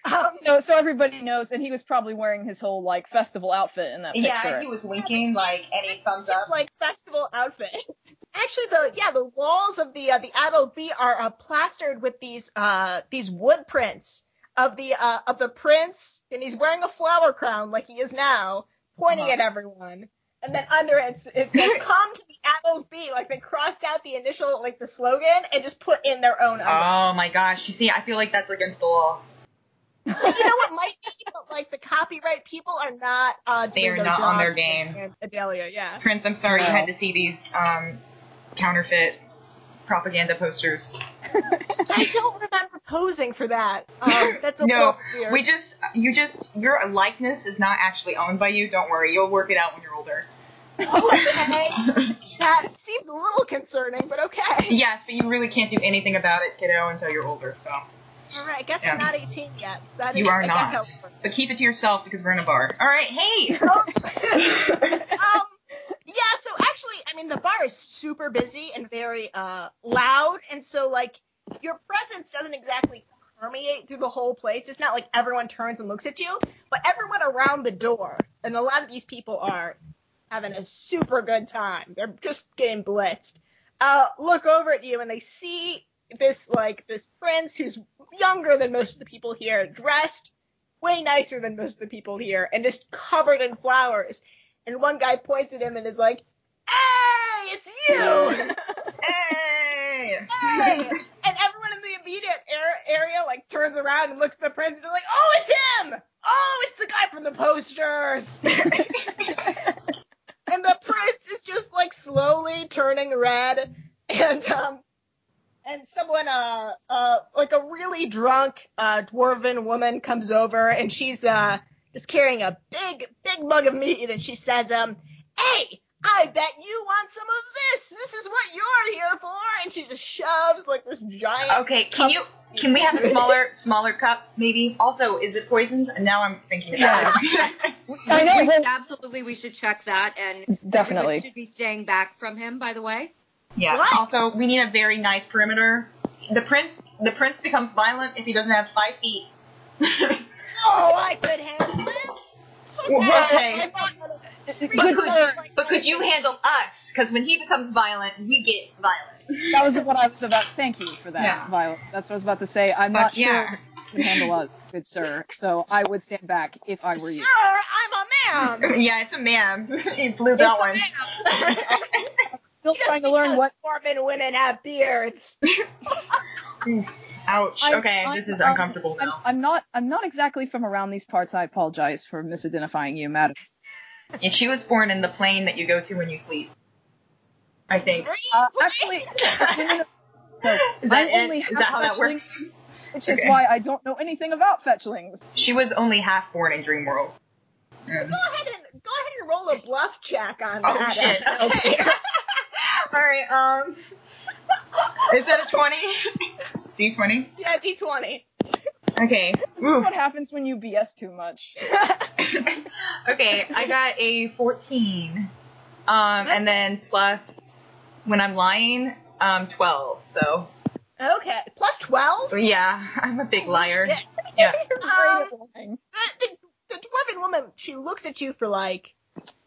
Speaker 2: Um,
Speaker 5: So so everybody knows, and he was probably wearing his whole like festival outfit in that picture.
Speaker 3: Yeah, and he was winking like, and he thumbs
Speaker 2: It's
Speaker 3: up.
Speaker 2: like festival outfit. Actually, the yeah, the walls of the uh, the adult B are uh, plastered with these uh these wood prints of the uh of the prince, and he's wearing a flower crown like he is now, pointing
Speaker 3: Uh-huh.
Speaker 2: at everyone. And then under it's it says "Come to the adult B." Like they crossed out the initial like the slogan and just put in their own. Uh,
Speaker 3: Oh my gosh! You see, I feel like that's against the law.
Speaker 2: you know what might be, but like the copyright people are not uh
Speaker 3: They
Speaker 2: doing
Speaker 3: are
Speaker 2: their
Speaker 3: not on
Speaker 2: job
Speaker 3: their game.
Speaker 2: and Adelia, yeah.
Speaker 3: Prince, I'm sorry you
Speaker 5: No.
Speaker 3: had to see these um, counterfeit propaganda posters.
Speaker 2: I don't remember posing for that. Um, that's a
Speaker 3: No,
Speaker 2: little weird.
Speaker 3: We just, you just, your likeness is not actually owned by you. Don't worry, you'll work it out when you're older.
Speaker 2: okay. that seems a little concerning, but okay.
Speaker 3: Yes, but you really can't do anything about it, kiddo, until you're older. So
Speaker 2: All right, I guess I'm
Speaker 3: Yeah.
Speaker 2: not 18 yet. That is,
Speaker 3: You are
Speaker 2: I
Speaker 3: not.
Speaker 2: Guess how it
Speaker 3: But keep it to yourself because we're in a bar. All right, hey.
Speaker 2: um, yeah, so actually, I mean, the bar is super busy and very uh, loud, and so like your presence doesn't exactly permeate through the whole place. It's not like everyone turns and looks at you, but everyone around the door, and a lot of these people are having a super good time. They're just getting blitzed. Uh, look over at you and they see this like this prince who's younger than most of the people here, dressed way nicer than most of the people here, and just covered in flowers. And one guy points at him and is like, "Hey, it's you!"
Speaker 3: hey.
Speaker 2: hey! And everyone in the immediate ar- area like turns around and looks at the prince and they're like, "Oh, it's him! Oh, it's the guy from the posters!" and the prince is just like slowly turning red, and um, and someone uh uh like a really drunk uh dwarven woman comes over and she's uh just carrying a big big mug of meat and she says um, "Hey, I bet you want some of this. This is what you're here for. And she just shoves like this giant.
Speaker 3: Okay, can you can we have a smaller smaller cup maybe? Also, is it poisoned? And now I'm thinking about it.
Speaker 5: I know,
Speaker 4: We
Speaker 5: but-
Speaker 4: should- absolutely, we should check that, and everyone
Speaker 5: Definitely.
Speaker 4: should be staying back from him. By the way,
Speaker 3: yeah.
Speaker 2: What?
Speaker 3: Also, we need a very nice perimeter. The prince the prince becomes violent if he doesn't have five feet.
Speaker 2: Oh, I could handle it.
Speaker 3: Well, okay.
Speaker 2: I thought-
Speaker 5: Good sir,
Speaker 3: but could you handle us? Because when he becomes violent, we get violent.
Speaker 5: that was what I was about. Thank you for that,
Speaker 3: Yeah.
Speaker 5: Violet. That's what I was about to say. I'm
Speaker 3: But
Speaker 5: not
Speaker 3: yeah.
Speaker 5: sure you can handle us, good sir. So I would stand back if I
Speaker 2: Sir,
Speaker 5: were you.
Speaker 2: I'm a man.
Speaker 3: yeah, it's a man. he blew that
Speaker 2: It's a
Speaker 3: one.
Speaker 2: man.
Speaker 5: Still
Speaker 2: Just
Speaker 5: trying to learn
Speaker 2: because
Speaker 5: what. Uh,
Speaker 2: Mormon women have beards.
Speaker 3: Ouch.
Speaker 5: I'm-
Speaker 3: okay,
Speaker 5: I'm-
Speaker 3: this is
Speaker 5: I'm-
Speaker 3: uncomfortable
Speaker 5: I'm,
Speaker 3: now.
Speaker 5: I'm not. I'm not exactly from around these parts. I apologize for misidentifying you, madam.
Speaker 3: And she was born in the plane that you go to when you sleep. I think.
Speaker 5: Uh, actually, no, no, no. No,
Speaker 3: Is
Speaker 5: I
Speaker 3: that, it?
Speaker 5: only
Speaker 3: Is
Speaker 5: have
Speaker 3: that how that
Speaker 5: fetchlings,
Speaker 3: works?
Speaker 5: Which is
Speaker 3: Okay.
Speaker 5: why I don't know anything about fetchlings.
Speaker 3: She was only half born in Dreamworld. And-
Speaker 2: Go ahead and go ahead and roll a bluff check on
Speaker 3: Oh
Speaker 2: that.
Speaker 3: shit. Okay. All right. Um. Is that a twenty? D twenty.
Speaker 2: Yeah, d20.
Speaker 3: Okay.
Speaker 5: This is
Speaker 3: Ooh.
Speaker 5: what happens when you BS too much.
Speaker 3: okay. I got a fourteen. Um, and then plus when I'm lying, um, twelve. So
Speaker 2: Okay, plus 12.
Speaker 3: yeah, I'm a big liar.
Speaker 2: Shit.
Speaker 3: Yeah.
Speaker 5: You're great
Speaker 2: Um,
Speaker 5: at lying.
Speaker 2: the, the, the dwarven woman, she looks at you for like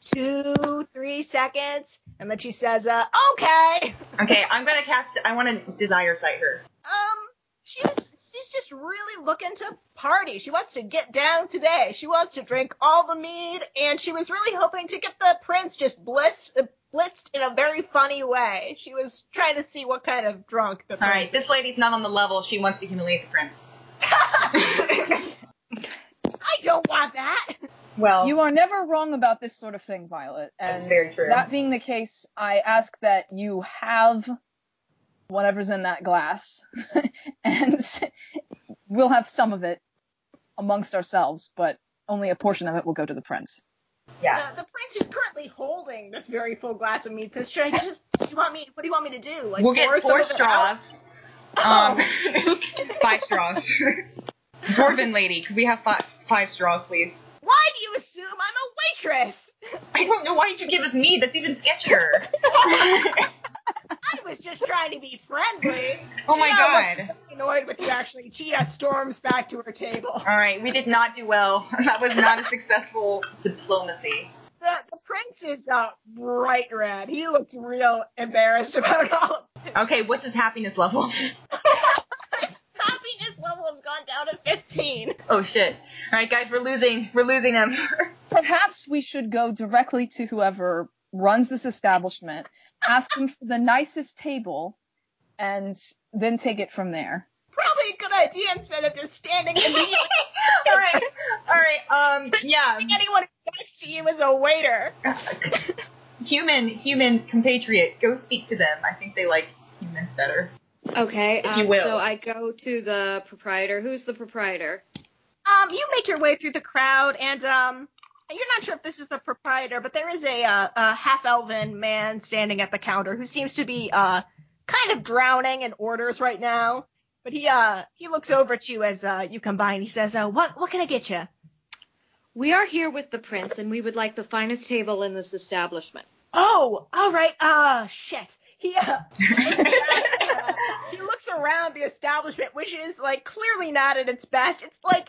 Speaker 2: two, three seconds, and then she says, uh, okay.
Speaker 3: Okay. I'm gonna cast. I want to desire sight her.
Speaker 2: Um, she was, she's just really looking to party. She wants to get down today. She wants to drink all the mead, and she was really hoping to get the prince just blitzed, uh, blitzed in a very funny way. She was trying to see what kind of drunk the
Speaker 3: All
Speaker 2: prince
Speaker 3: right. This lady's not on the level. She wants to humiliate the prince.
Speaker 2: I don't want that.
Speaker 3: Well.
Speaker 5: You are never wrong about this sort of thing, Violet. And
Speaker 3: very true.
Speaker 5: that being the case, I ask that you have whatever's in that glass, and we'll have some of it amongst ourselves, but only a portion of it will go to the prince.
Speaker 2: Uh,
Speaker 3: yeah.
Speaker 2: the prince who's currently holding this very full glass of mead says, "Should I just? Do you want me? What do you want me to do? Like
Speaker 3: we'll get
Speaker 2: pour some
Speaker 3: four
Speaker 2: of it Oh. out?"
Speaker 3: straws. Um, five straws. Dwarven lady, could we have five, five straws, please?
Speaker 2: Why do you assume I'm a waitress?
Speaker 3: I don't know. Why did you give us mead? That's even sketchier.
Speaker 2: I was just trying to be friendly.
Speaker 3: Oh my
Speaker 2: Gia
Speaker 3: God.
Speaker 2: Looks really annoyed with you actually. Gia storms back to her table.
Speaker 3: All right, we did not do well. That was not a successful diplomacy.
Speaker 2: The, the prince is uh, bright red. He looks real embarrassed about all of
Speaker 3: Okay, what's his happiness level?
Speaker 2: this. Happiness level has gone down to 15.
Speaker 3: Oh shit. All right, guys, we're losing. We're losing him.
Speaker 5: Perhaps we should go directly to whoever runs this establishment, ask them for the nicest table, and then take it from there.
Speaker 2: Probably a good idea instead of just standing and being
Speaker 3: all right, all right. Um, yeah,
Speaker 2: anyone who's next to you is a waiter.
Speaker 3: human, human compatriot, go speak to them. I think they like humans better.
Speaker 4: okay.
Speaker 3: If you um, will.
Speaker 4: So
Speaker 3: so
Speaker 4: I go to the proprietor. Who's the proprietor?
Speaker 2: Um, you make your way through the crowd, and um, you're not sure if this is the proprietor, but there is a, uh, a half-elven man standing at the counter who seems to be uh, kind of drowning in orders right now. But he uh he looks over at you as uh you come by and he says, uh, what what can I get you?
Speaker 4: We are here with the prince, and we would like the finest table in this establishment.
Speaker 2: Oh, all right. Uh shit. He uh, he looks around the establishment, which is like clearly not at its best. It's like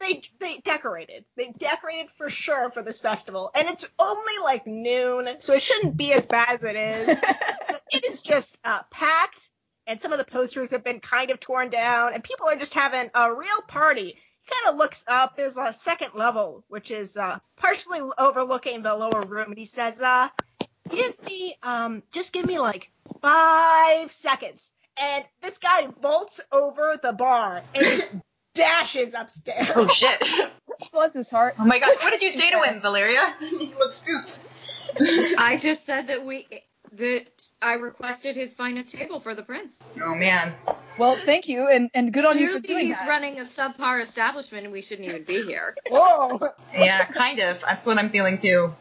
Speaker 2: they they decorated. They decorated for sure for this festival, and it's only like noon, so it shouldn't be as bad as it is. But it is just uh, packed, and some of the posters have been kind of torn down, and people are just having a real party. He kind of looks up. There's a second level, which is uh, partially overlooking the lower room, and he says, uh, "Give me um, just give me like five seconds." And this guy vaults over the bar and just dashes upstairs.
Speaker 3: Oh shit.
Speaker 5: Bless his heart.
Speaker 3: Oh my gosh. What did you say to him, Valeria? he looks spooked.
Speaker 4: I just said that we that I requested his finest table for the prince.
Speaker 3: Oh man.
Speaker 5: Well, thank you, and, and good on you for
Speaker 4: Clearly,
Speaker 5: doing
Speaker 4: he's
Speaker 5: that.
Speaker 4: running a subpar establishment, and we shouldn't even be here.
Speaker 2: Whoa.
Speaker 3: Yeah, kind of. That's what I'm feeling too.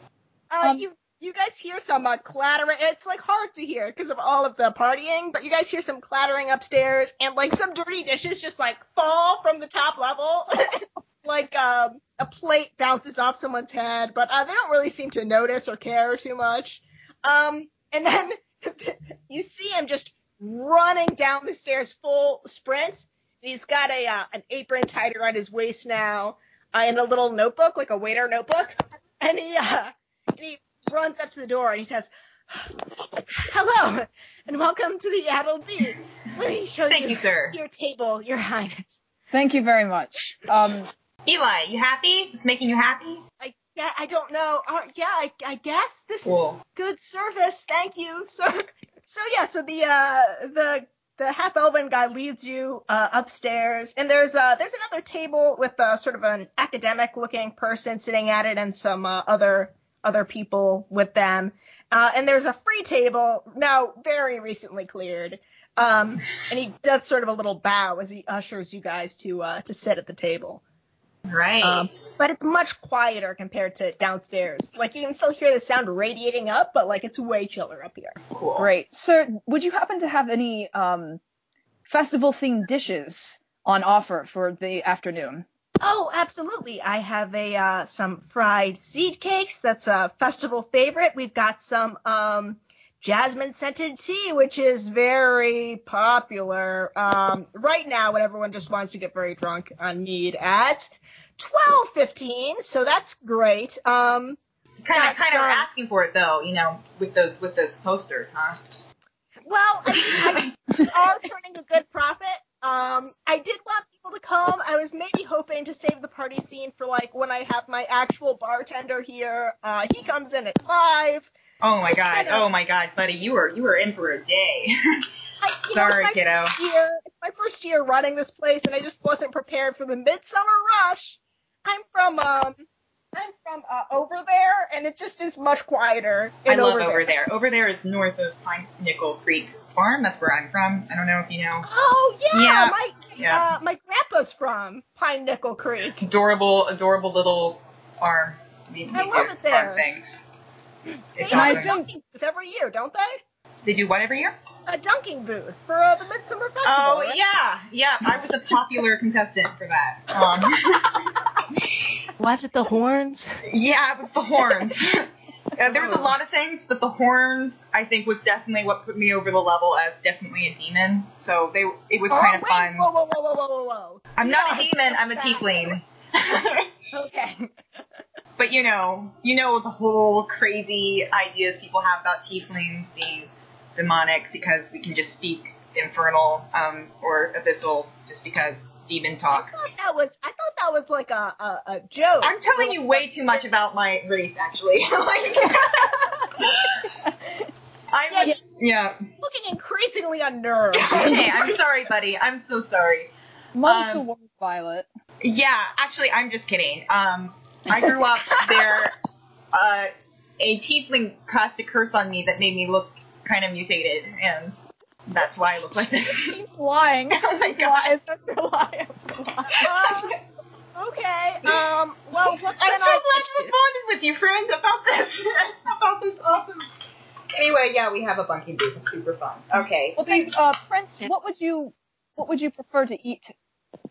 Speaker 2: Uh,
Speaker 5: Um,
Speaker 2: you you guys hear some uh, clattering. It's like hard to hear because of all of the partying, but you guys hear some clattering upstairs and like some dirty dishes just like fall from the top level. like um, a plate bounces off someone's head, but uh, they don't really seem to notice or care too much. Um, and then you see him just running down the stairs full sprints. He's got a uh, an apron tied around his waist now, uh, and a little notebook, like a waiter notebook. And he uh, and he runs up to the door and he says, "Hello, and welcome to the Addle Bee. Let me show
Speaker 3: Thank
Speaker 2: you,
Speaker 3: you, sir.
Speaker 2: your table, Your Highness.
Speaker 5: Thank you very much. Um,
Speaker 3: Eli, you happy? It's making you happy?
Speaker 2: I, yeah, I don't know. Uh, yeah, I, I guess this is
Speaker 3: Cool.
Speaker 2: good service. Thank you, sir. So yeah, so the uh the the half elven guy leads you uh, upstairs, and there's uh there's another table with uh, sort of an academic looking person sitting at it, and some uh, other other people with them. Uh, and there's a free table now, very recently cleared. Um, and he does sort of a little bow as he ushers you guys to uh, to sit at the table.
Speaker 3: Right.
Speaker 2: Um, but it's much quieter compared to downstairs. Like you can still hear the sound radiating up, but like it's way chiller up here.
Speaker 3: cool.
Speaker 5: great, sir. Would you happen to have any um, festival themed dishes on offer for the afternoon?
Speaker 2: Oh, absolutely. I have a uh, some fried seed cakes. That's a festival favorite. We've got some um, jasmine scented tea, which is very popular um, right now. When everyone just wants to get very drunk on mead at twelve fifteen, so that's great. Um,
Speaker 3: Kind
Speaker 2: Got
Speaker 3: of, kind of
Speaker 2: some.
Speaker 3: asking for it though, you know, with those with those posters, huh?
Speaker 2: Well, I, mean, I are turning a good profit. Um, I did want people to come. I was maybe hoping to save the party scene for like when I have my actual bartender here. Uh, he comes in at five.
Speaker 3: Oh my
Speaker 2: Just
Speaker 3: god.
Speaker 2: kinda-
Speaker 3: Oh my god, buddy, you were you were in for a day.
Speaker 2: I, you
Speaker 3: Sorry,
Speaker 2: know, it's my
Speaker 3: kiddo.
Speaker 2: first Year, it's my first year running this place, and I just wasn't prepared for the midsummer rush. I'm from um, I'm from uh, over there, and it just is much quieter.
Speaker 3: I
Speaker 2: in
Speaker 3: love
Speaker 2: over there.
Speaker 3: over there. Over there is north of Pine Nickel Creek Farm. That's where I'm from. I don't know if you know.
Speaker 2: Oh yeah,
Speaker 3: Yeah,
Speaker 2: my
Speaker 3: yeah.
Speaker 2: Uh, my grandpa's from Pine Nickel Creek.
Speaker 3: Adorable, adorable little farm. We
Speaker 2: I
Speaker 3: make
Speaker 2: love
Speaker 3: those
Speaker 2: it there.
Speaker 3: farm things. It's
Speaker 2: They
Speaker 3: awesome.
Speaker 2: have a dunking booth every year, don't they?
Speaker 3: They do what every year?
Speaker 2: A dunking booth for uh, the Midsummer Festival.
Speaker 3: Oh
Speaker 2: right?
Speaker 3: yeah, yeah. I was a popular contestant for that. Um,
Speaker 6: Was it the horns?
Speaker 3: yeah, it was the horns. Uh, there was a lot of things, but the horns, I think, was definitely what put me over the level as definitely a demon. So they, it was
Speaker 2: Oh,
Speaker 3: kind of
Speaker 2: wait,
Speaker 3: fun.
Speaker 2: Whoa, whoa, whoa, whoa, whoa, whoa,
Speaker 3: I'm not a
Speaker 2: Yeah.
Speaker 3: demon. I'm a tiefling.
Speaker 2: whoa. Okay.
Speaker 3: But you know, you know the whole crazy ideas people have about tieflings being demonic because we can just speak infernal um, or abyssal just because demon
Speaker 2: I
Speaker 3: talk.
Speaker 2: thought that was I thought that was like a a, a joke.
Speaker 3: I'm telling you way too much about my race, actually. like, I was, yeah.
Speaker 2: looking increasingly unnerved.
Speaker 3: Okay, I'm sorry, buddy. I'm so sorry.
Speaker 5: Mom's
Speaker 3: Um,
Speaker 5: the word, Violet.
Speaker 3: Yeah, actually, I'm just kidding. Um, I grew up there. Uh, a tiefling cast a curse on me that made me look kind of mutated, and that's why I look like this.
Speaker 5: She's lying.
Speaker 3: oh my god.
Speaker 5: Lies after lie after lie.
Speaker 2: Um, okay. Um. Well, what
Speaker 3: I'm
Speaker 2: can
Speaker 3: so
Speaker 2: I?
Speaker 3: glad we bonded with you, friend, about this. about this awesome. Anyway, yeah, we have a bunking booth. It's super fun. Okay.
Speaker 5: Well, thanks, uh, Prince. What would you what would you prefer to eat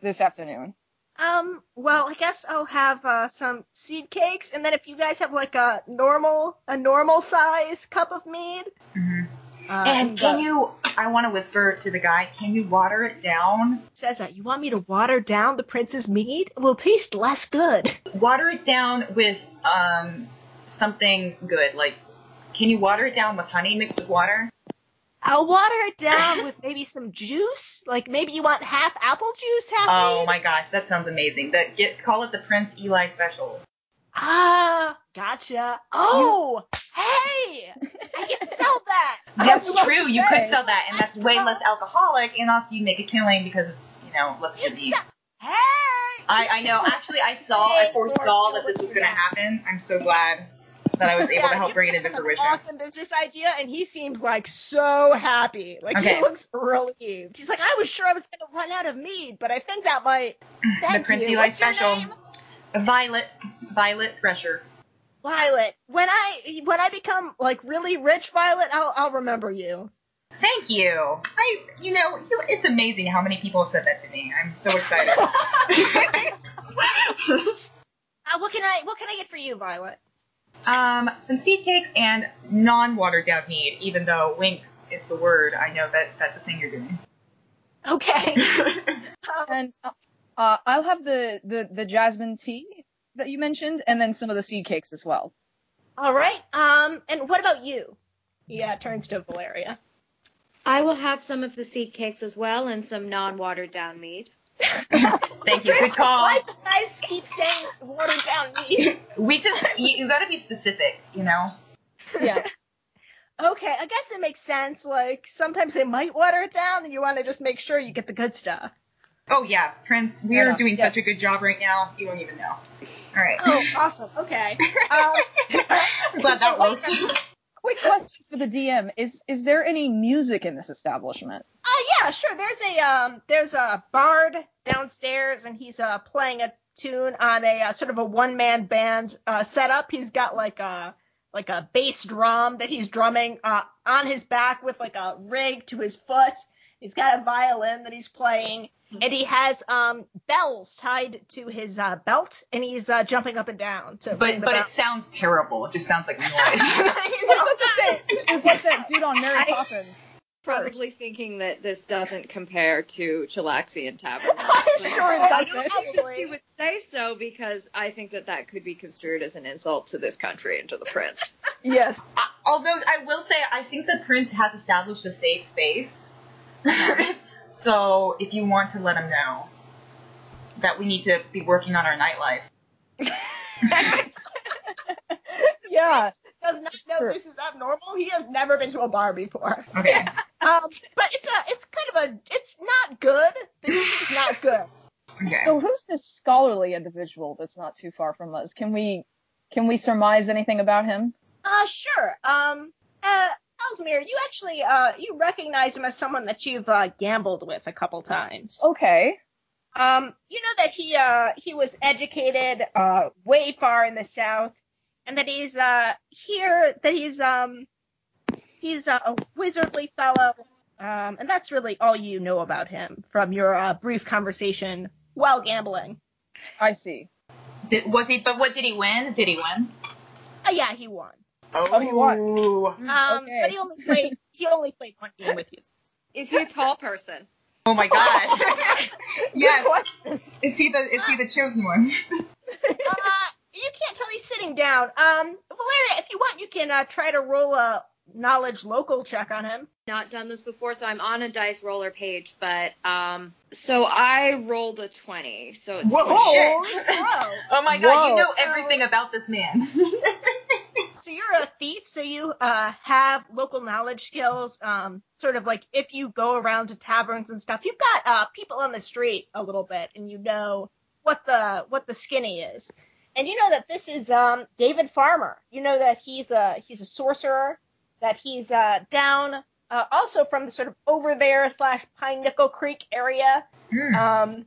Speaker 5: this afternoon?
Speaker 2: Um, well, I guess I'll have uh, some seed cakes, and then if you guys have like a normal a normal size cup of mead.
Speaker 3: Mhm.
Speaker 2: Uh,
Speaker 3: And can you? I want to whisper to the guy. Can you water it down?
Speaker 2: says that you want me to water down the prince's mead? It will taste less good.
Speaker 3: Water it down with um something good. Like, can you water it down with honey mixed with water?
Speaker 2: I'll water it down with maybe some juice. Like maybe you want half apple juice, half
Speaker 3: Oh
Speaker 2: mead.
Speaker 3: my gosh, that sounds amazing. That gets call it the Prince Eli special.
Speaker 2: Ah, gotcha. Oh, hey, I can sell that.
Speaker 3: That's
Speaker 5: was about
Speaker 3: true.
Speaker 5: to
Speaker 3: You
Speaker 5: say.
Speaker 3: could sell that, and that's way less alcoholic, and also you make a killing because it's you know less good meat.
Speaker 2: Hey,
Speaker 3: I, I know. Actually, I saw, I foresaw that this was going to happen. I'm so glad that I was able to
Speaker 2: Yeah,
Speaker 3: help
Speaker 2: you
Speaker 3: bring it
Speaker 2: have
Speaker 3: into
Speaker 2: an
Speaker 3: fruition.
Speaker 2: Awesome business idea, and he seems like so happy. Like
Speaker 3: Okay.
Speaker 2: he looks relieved. He's like, I was sure I was gonna run out of mead, but I think that might.
Speaker 3: The
Speaker 2: Thank
Speaker 3: Prince
Speaker 2: you.
Speaker 3: Eli
Speaker 2: What's your
Speaker 3: special.
Speaker 2: name?
Speaker 3: Violet, Violet Thresher.
Speaker 2: Violet, when I when I become like really rich, Violet, I'll I'll remember you.
Speaker 3: Thank you. I, you know, you- it's amazing how many people have said that to me. I'm so excited.
Speaker 2: Uh, what can I what can I get for you, Violet?
Speaker 3: um, some seed cakes and non-watered down mead, even though wink is the word. I know that that's a thing you're doing.
Speaker 2: Okay. Um,
Speaker 5: And uh, uh, I'll have the, the the jasmine tea that you mentioned, and then some of the seed cakes as well.
Speaker 2: all right. Um, and what about you? Yeah, turns to Valeria.
Speaker 4: I will have some of the seed cakes as well and some non-watered down mead.
Speaker 3: Thank you. Good call.
Speaker 2: Why do you guys keep saying water down mead?
Speaker 3: We just, you, you got to be specific, you know.
Speaker 5: Yes.
Speaker 2: Okay, I guess it makes sense. Like sometimes they might water it down, and you want to just make sure you get the good stuff.
Speaker 3: Oh yeah, Prince, we
Speaker 5: Right
Speaker 3: are
Speaker 5: on.
Speaker 3: doing such a
Speaker 5: Yes.
Speaker 3: good job right now. You don't even know. All right.
Speaker 2: Oh, awesome. Okay. Oh, Um,
Speaker 3: I'm glad that worked.
Speaker 5: Quick question for the DM: Is is there any music in this establishment?
Speaker 2: Uh, yeah, sure. There's a um, there's a bard downstairs, and he's uh playing a tune on a uh, sort of a one man band uh setup. He's got like a like a bass drum that he's drumming uh on his back with like a rig to his foot. He's got a violin that he's playing, and he has um bells tied to his uh belt, and he's uh jumping up and down to ring
Speaker 3: But
Speaker 2: the
Speaker 3: but it
Speaker 2: bells.
Speaker 3: sounds terrible. It just sounds like noise.
Speaker 5: I was about to say it's- it's like that dude on Mary
Speaker 4: I-
Speaker 5: Poppins.
Speaker 4: Probably thinking that this doesn't compare to Chilaxian Tavern.
Speaker 2: I'm sure it
Speaker 4: I
Speaker 2: doesn't.
Speaker 4: don't think that she would say so because I think that that could be construed as an insult to this country and to the prince.
Speaker 5: Yes.
Speaker 3: I- Although I will say, I think the Prince has established a safe space. so if you want to let him know that we need to be working on our nightlife.
Speaker 5: Yeah.
Speaker 2: does not know
Speaker 5: Sure.
Speaker 2: this is abnormal. He has never been to a bar before.
Speaker 3: Okay.
Speaker 2: Um, but it's a, it's kind of a, it's not good. The music's not good.
Speaker 3: Okay.
Speaker 5: So who's this scholarly individual that's not too far from us? Can we can we surmise anything about him?
Speaker 2: Uh, sure. Um, uh, Elsmere, you actually, uh, you recognize him as someone that you've uh, gambled with a couple times.
Speaker 5: Okay.
Speaker 2: Um, you know that he, uh, he was educated uh, way far in the south, and that he's uh, here, that he's, um, he's uh, a wizardly fellow, um, and that's really all you know about him from your uh, brief conversation while gambling.
Speaker 5: I see.
Speaker 3: Did, was he? But what did he win? Did he win?
Speaker 2: Uh, yeah, he won.
Speaker 5: Oh, he won.
Speaker 3: won.
Speaker 2: Um,
Speaker 5: okay.
Speaker 2: but he only played he only played one game with you.
Speaker 4: Is he a tall person?
Speaker 3: Oh my God.
Speaker 2: Good
Speaker 3: yes.
Speaker 2: question.
Speaker 3: Is he the? Is he the chosen one?
Speaker 2: Uh, you can't tell he's sitting down. Um, Valeria, if you want, you can uh, try to roll a knowledge local check on him.
Speaker 4: Not done this before, so I'm on a dice roller page, but um so I rolled a twenty, so it's
Speaker 3: Whoa. Oh, shit.
Speaker 2: Bro,
Speaker 3: Oh my God! You
Speaker 5: Whoa.
Speaker 3: know everything about this man.
Speaker 2: so you're a thief, so you uh, have local knowledge skills. Um, sort of like if you go around to taverns and stuff, you've got uh, people on the street a little bit, and you know what the what the skinny is. And you know that this is um, David Farmer. You know that he's a he's a sorcerer. That he's uh, down uh, also from the sort of over there slash Pine Nickel Creek area.
Speaker 3: Hmm.
Speaker 2: um,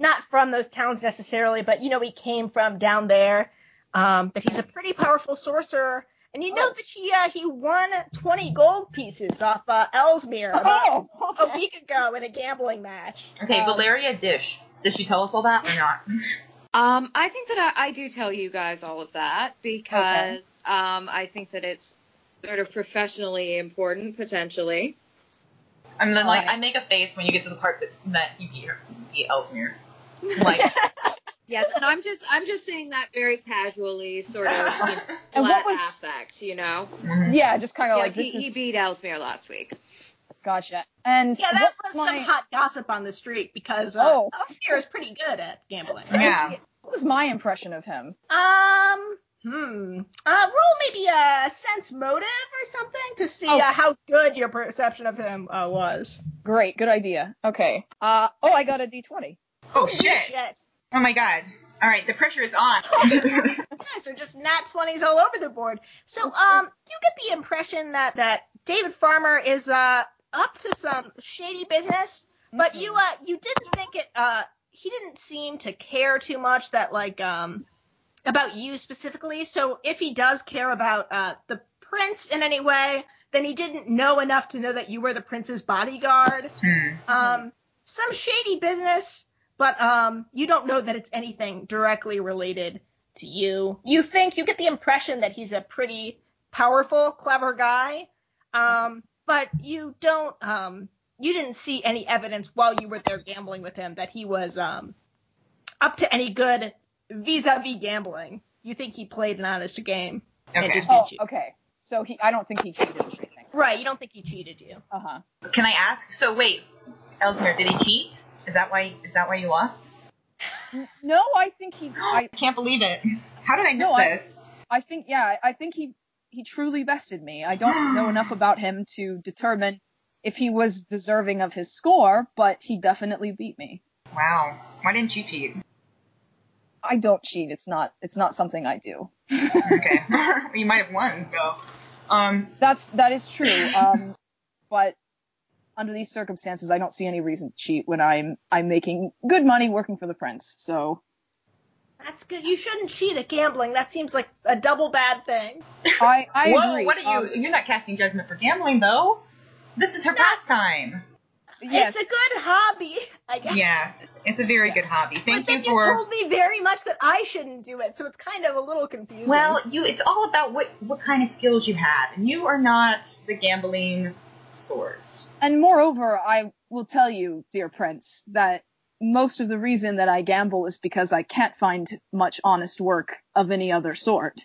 Speaker 2: not from those towns necessarily, but you know he came from down there. Um, but he's a pretty powerful sorcerer, And you know that he uh, he won 20 gold pieces off uh, Elsmere about
Speaker 5: Oh.
Speaker 2: a week ago in a gambling match.
Speaker 3: Okay,
Speaker 2: Um,
Speaker 3: Valeria Dish. Did she tell us all that or not?
Speaker 4: Um, I think that I, I do tell you guys all of that because um, I think that it's sort of professionally important potentially.
Speaker 3: I'm then, like,
Speaker 5: Alright.
Speaker 3: I make a face when you get to the part that, that you beat, her, beat Elsmere. Like,
Speaker 4: Yes, and I'm just I'm just saying that very casually, sort of you know,
Speaker 5: And what
Speaker 4: flat
Speaker 5: was-
Speaker 4: affect, you know.
Speaker 3: mhm.
Speaker 5: Yeah, just kind of
Speaker 4: yes,
Speaker 5: like
Speaker 4: he,
Speaker 5: this is
Speaker 4: he beat Ellesmere last week.
Speaker 5: gotcha. And
Speaker 2: yeah, that was
Speaker 5: what my-
Speaker 2: some hot gossip on the street because uh,
Speaker 5: Oh.
Speaker 2: Elsmere is pretty good at gambling. Right?
Speaker 3: yeah.
Speaker 5: What was my impression of him?
Speaker 2: Um, hmm. Uh, roll maybe a sense motive or something to see
Speaker 5: Oh.
Speaker 2: uh, how good your perception of him uh, was.
Speaker 5: Great, good idea. Okay. Uh oh, I got a d20.
Speaker 3: Oh
Speaker 2: Holy
Speaker 3: shit! Oh my god! All right, the pressure is on.
Speaker 2: You guys are just nat 20s all over the board. So, um, you get the impression that that David Farmer is uh up to some shady business, but you uh you didn't think it uh he didn't seem to care too much that like um about you specifically. So if he does care about uh the prince in any way, then he didn't know enough to know that you were the prince's bodyguard.
Speaker 3: Hmm.
Speaker 2: Um, some shady business, but um, you don't know that it's anything directly related to you. You think you get the impression that he's a pretty powerful, clever guy, um, but you don't. Um, you didn't see any evidence while you were there gambling with him that he was um, up to any good vis-a-vis gambling. You think he played an honest game and
Speaker 3: Okay.
Speaker 2: just beat
Speaker 5: Oh,
Speaker 2: you.
Speaker 5: okay. So he I don't think he cheated or anything.
Speaker 2: Right, you don't think he cheated you.
Speaker 5: Uh-huh.
Speaker 3: Can I ask? So wait, Elsmere, did he cheat? Is that why? Is that why you lost?
Speaker 5: No, I think he I,
Speaker 3: I can't believe it. How did I miss
Speaker 5: No, I-
Speaker 3: this?
Speaker 5: I think yeah, I think he he truly bested me. I don't know enough about him to determine if he was deserving of his score, but he definitely beat me.
Speaker 3: Wow. Why didn't you cheat?
Speaker 5: I don't cheat. It's not it's not something I do.
Speaker 3: Okay. you might have won though. Um.
Speaker 5: That's that is true. Um, but under these circumstances, I don't see any reason to cheat when I'm I'm making good money working for the prince. So
Speaker 2: That's good. You shouldn't cheat at gambling. That seems like a double bad thing.
Speaker 5: I I
Speaker 3: whoa!
Speaker 5: agree.
Speaker 3: What are you?
Speaker 5: Um,
Speaker 3: you're not casting judgment for gambling though. This is her pastime.
Speaker 5: yes,
Speaker 2: It's a good hobby, I guess.
Speaker 3: Yeah. It's a very good hobby.
Speaker 2: But
Speaker 3: Thank you
Speaker 2: then you
Speaker 3: for.
Speaker 2: told me very much that I shouldn't do it, so it's kind of a little confusing.
Speaker 3: Well, you it's all about what what kind of skills you have, and you are not the gambling scores.
Speaker 5: and moreover, I will tell you, dear prince, that most of the reason that I gamble is because I can't find much honest work of any other sort.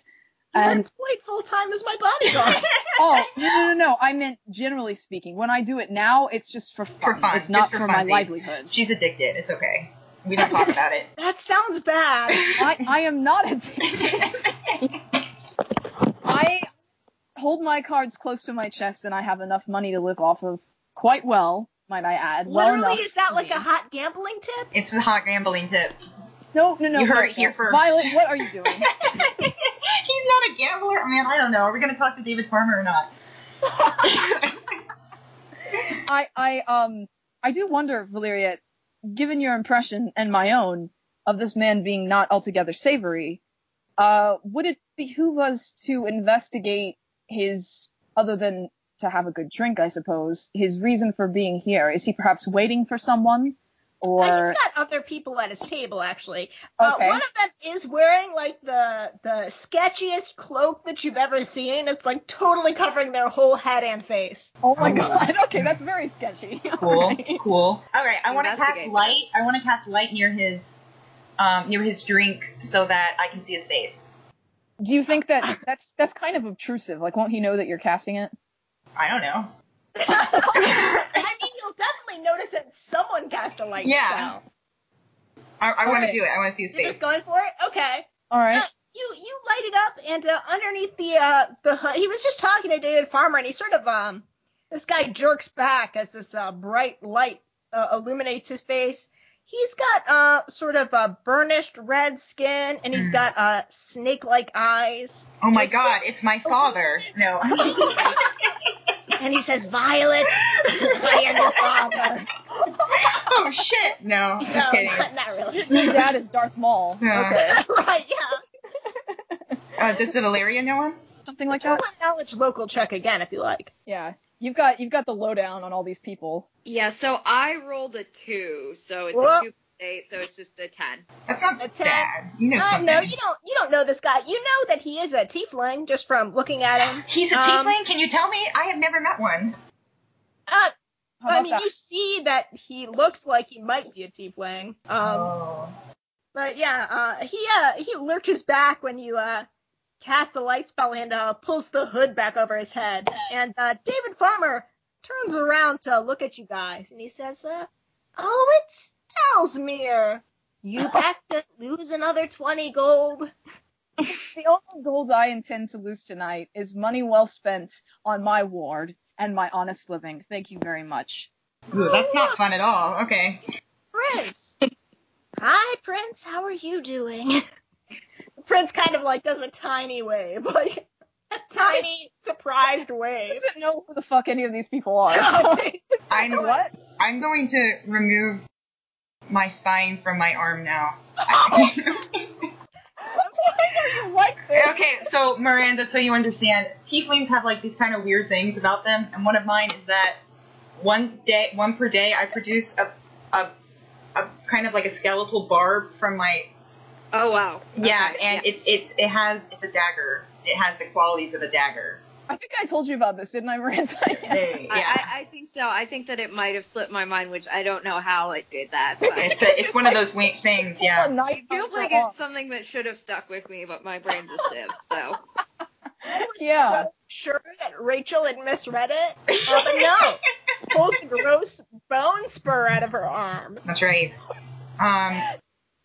Speaker 2: you were
Speaker 5: And
Speaker 2: employed full time as my bodyguard.
Speaker 5: oh no no no no! I meant generally speaking. When I do it now, it's just for fun.
Speaker 3: For fun,
Speaker 5: it's
Speaker 3: just
Speaker 5: not
Speaker 3: for
Speaker 5: my
Speaker 3: funsies.
Speaker 5: livelihood.
Speaker 3: She's addicted. It's okay. We don't talk about it.
Speaker 2: that sounds bad.
Speaker 5: I, I am not addicted. I hold my cards close to my chest and I have enough money to live off of quite well, might I add. well
Speaker 2: Literally,
Speaker 5: enough
Speaker 2: is that
Speaker 5: for
Speaker 2: like
Speaker 5: me.
Speaker 2: a hot gambling tip?
Speaker 3: It's a hot gambling tip.
Speaker 5: No, no, no.
Speaker 3: You heard
Speaker 5: no,
Speaker 3: it here
Speaker 5: no.
Speaker 3: first.
Speaker 5: Violet, what are you doing?
Speaker 3: He's not a gambler, man. I don't know. Are we gonna talk to David Farmer or not?
Speaker 5: I, I, um, I do wonder, Valeria, given your impression and my own of this man being not altogether savory, uh, would it behoove us to investigate his, other than to have a good drink, I suppose, his reason for being here? Is he perhaps waiting for someone?
Speaker 2: Uh,
Speaker 5: Or
Speaker 2: he's got other people at his table, actually.
Speaker 5: Okay.
Speaker 2: Uh, one of them is wearing like the the sketchiest cloak that you've ever seen. It's like totally covering their whole head and face.
Speaker 5: oh my god, okay, that's very sketchy.
Speaker 3: Cool.
Speaker 5: Alright.
Speaker 3: Cool. All right. I want to cast
Speaker 4: Investigate
Speaker 3: light. I want to cast light near his um, near his drink so that I can see his face.
Speaker 5: Do you think that that's that's kind of obtrusive? Like, won't he know that you're casting it?
Speaker 3: I don't know.
Speaker 2: I mean, you'll definitely notice that someone cast a light
Speaker 3: Yeah.
Speaker 2: spell.
Speaker 3: I, I want
Speaker 5: Okay.
Speaker 3: to do it. I want to see his
Speaker 2: You're
Speaker 3: face.
Speaker 2: just going for it? Okay.
Speaker 5: All right.
Speaker 2: Yeah, you you light it up, and uh, underneath the uh the hood, he was just talking to David Farmer, and he sort of um this guy jerks back as this uh, bright light uh, illuminates his face. He's got uh sort of a burnished red skin, and he's got uh snake-like eyes.
Speaker 3: Oh my
Speaker 2: His
Speaker 3: god!
Speaker 2: face-
Speaker 3: It's my father. No.
Speaker 2: And he says, "Violet, I am your father."
Speaker 3: oh shit! No. Just
Speaker 2: No,
Speaker 3: kidding. Uh,
Speaker 2: not, not really.
Speaker 5: Your dad is Darth Maul. Okay.
Speaker 3: Yeah.
Speaker 2: right? Yeah.
Speaker 3: Uh, does Valeria know him?
Speaker 5: something like
Speaker 2: Do
Speaker 5: that.
Speaker 2: a knowledge local check again if you like.
Speaker 5: Yeah, you've got you've got the lowdown on all these people.
Speaker 4: Yeah, so I rolled a two, so it's
Speaker 2: Whoa.
Speaker 4: a two eight, so it's just a ten.
Speaker 3: That's not
Speaker 2: That's it.
Speaker 3: bad. You know
Speaker 2: Uh,
Speaker 3: something.
Speaker 2: no, you don't. You don't know this guy. You know that he is a tiefling just from looking at him.
Speaker 3: He's a
Speaker 2: Um,
Speaker 3: tiefling. Can you tell me? I have never met one.
Speaker 2: Uh,
Speaker 5: How
Speaker 2: I
Speaker 5: about
Speaker 2: mean,
Speaker 5: that?
Speaker 2: you see that he looks like he might be a tiefling. Um,
Speaker 3: oh.
Speaker 2: But yeah, uh, he uh, he lurches back when you uh, cast the light spell and uh, pulls the hood back over his head. And uh, David Farmer turns around to look at you guys, and he says, uh, "Oh, it's Elsmere. You back to lose another twenty gold."
Speaker 5: The only gold I intend to lose tonight is money well spent on my ward and my honest living. Thank you very much.
Speaker 3: Ooh, that's not fun at all. Okay.
Speaker 2: Prince. Hi, Prince. How are you doing? Prince kind of like does a tiny wave, like a tiny surprised wave.
Speaker 5: doesn't know who the fuck any of these people are. so-
Speaker 2: All
Speaker 3: I'm
Speaker 5: what?
Speaker 3: I'm going to remove my spine from my arm now.
Speaker 5: What?
Speaker 3: okay, so Miranda, so you understand, tieflings have like these kind of weird things about them, and one of mine is that one day, one per day, I produce a, a, a kind of like a skeletal barb from my
Speaker 4: Oh wow.
Speaker 3: yeah,
Speaker 4: Okay,
Speaker 3: and it's it's it has it's a dagger. It has the qualities of a dagger.
Speaker 5: I think I told you about this, didn't I, Miranda?
Speaker 3: Hey,
Speaker 4: I,
Speaker 3: yeah.
Speaker 4: I, I think so. I think that it might have slipped my mind, which I don't know how it did that. But
Speaker 3: it's a, it's one of those weird things,
Speaker 5: A
Speaker 3: yeah.
Speaker 5: night
Speaker 4: feels
Speaker 5: for
Speaker 4: like
Speaker 5: all.
Speaker 4: it's something that should have stuck with me, but my brain's a sieve. So
Speaker 2: I was
Speaker 5: Yeah.
Speaker 2: so sure that Rachel had misread it, uh, but no. She Pulls a gross bone spur out of her arm.
Speaker 3: That's right. Um,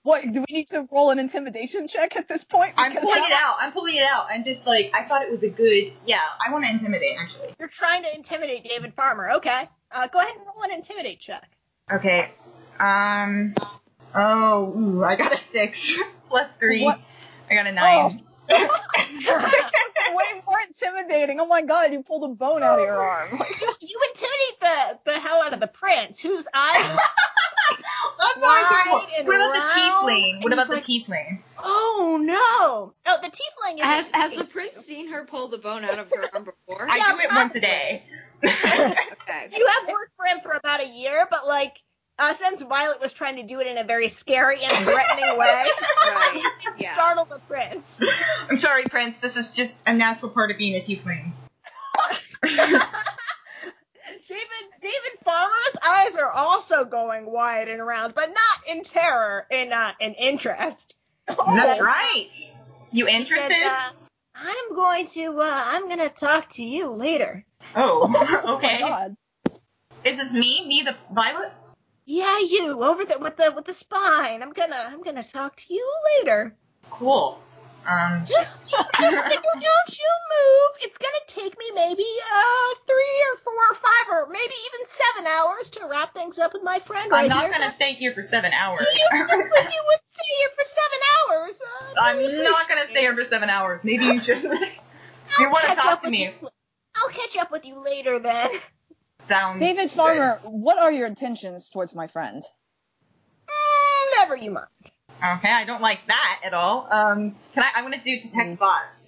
Speaker 5: What? Do we need to roll an intimidation check at this point?
Speaker 3: I'm
Speaker 5: Because
Speaker 3: pulling
Speaker 5: that-
Speaker 3: it out. I'm pulling it out. I'm just like I thought it was a good. Yeah, I want to intimidate actually.
Speaker 2: You're trying to intimidate David Farmer. Okay. Uh, go ahead and roll an intimidate check.
Speaker 3: Okay. Um. Oh, ooh, I got a six plus three.
Speaker 5: What?
Speaker 3: I got a nine.
Speaker 5: Way more intimidating. Oh my god, you pulled a bone
Speaker 2: Oh,
Speaker 5: out of your arm.
Speaker 2: You, you intimidate the, the hell out of the prince, whose eyes
Speaker 3: That's what I
Speaker 2: Wide
Speaker 3: was thinking.
Speaker 2: and
Speaker 3: What about the
Speaker 2: round,
Speaker 3: tiefling? What
Speaker 2: and
Speaker 3: about
Speaker 2: he's
Speaker 3: the tiefling?
Speaker 2: Oh no! Oh, the tiefling is.
Speaker 4: has has the prince seen her pull the bone out of her arm before?
Speaker 3: I
Speaker 2: Yeah,
Speaker 3: do it once a day.
Speaker 4: Okay.
Speaker 2: You have worked for him for about a year, but like, uh, since Violet was trying to do it in a very scary and threatening way,
Speaker 4: Right. Yeah.
Speaker 2: startle the prince.
Speaker 3: I'm sorry, Prince. This is just a natural part of being a tiefling.
Speaker 2: David David Farmer's eyes are also going wide and round, but not in terror, in uh, in interest.
Speaker 3: Oh, That's right. You
Speaker 2: Oh, He says,
Speaker 3: interested?
Speaker 2: uh, I'm going to uh, I'm gonna talk to you later.
Speaker 3: oh,
Speaker 5: Oh my
Speaker 3: okay.
Speaker 5: god.
Speaker 3: is this me? Me, the violet?
Speaker 2: Yeah, you over the with the with the spine. I'm gonna I'm gonna talk to you later.
Speaker 3: Cool. Um,
Speaker 2: Just, just you don't you move. It's gonna take me maybe uh three or four or five or maybe even seven hours to wrap things up with my friend.
Speaker 3: I'm
Speaker 2: right
Speaker 3: not
Speaker 2: here.
Speaker 3: gonna stay here for seven hours.
Speaker 2: You would, you would stay here for seven hours. Uh,
Speaker 3: I'm not gonna stay here for seven hours. Maybe you should. you want to
Speaker 2: catch
Speaker 3: talk
Speaker 2: up
Speaker 3: to
Speaker 2: with
Speaker 3: me?
Speaker 2: you- I'll catch up with you later then.
Speaker 3: Sounds.
Speaker 5: David
Speaker 3: good.
Speaker 5: Farmer, what are your intentions towards my friend?
Speaker 2: Mm, never you mind.
Speaker 3: Okay, I don't like that at all. Um, can I? I'm gonna do
Speaker 5: Mm-hmm.
Speaker 3: detect bots.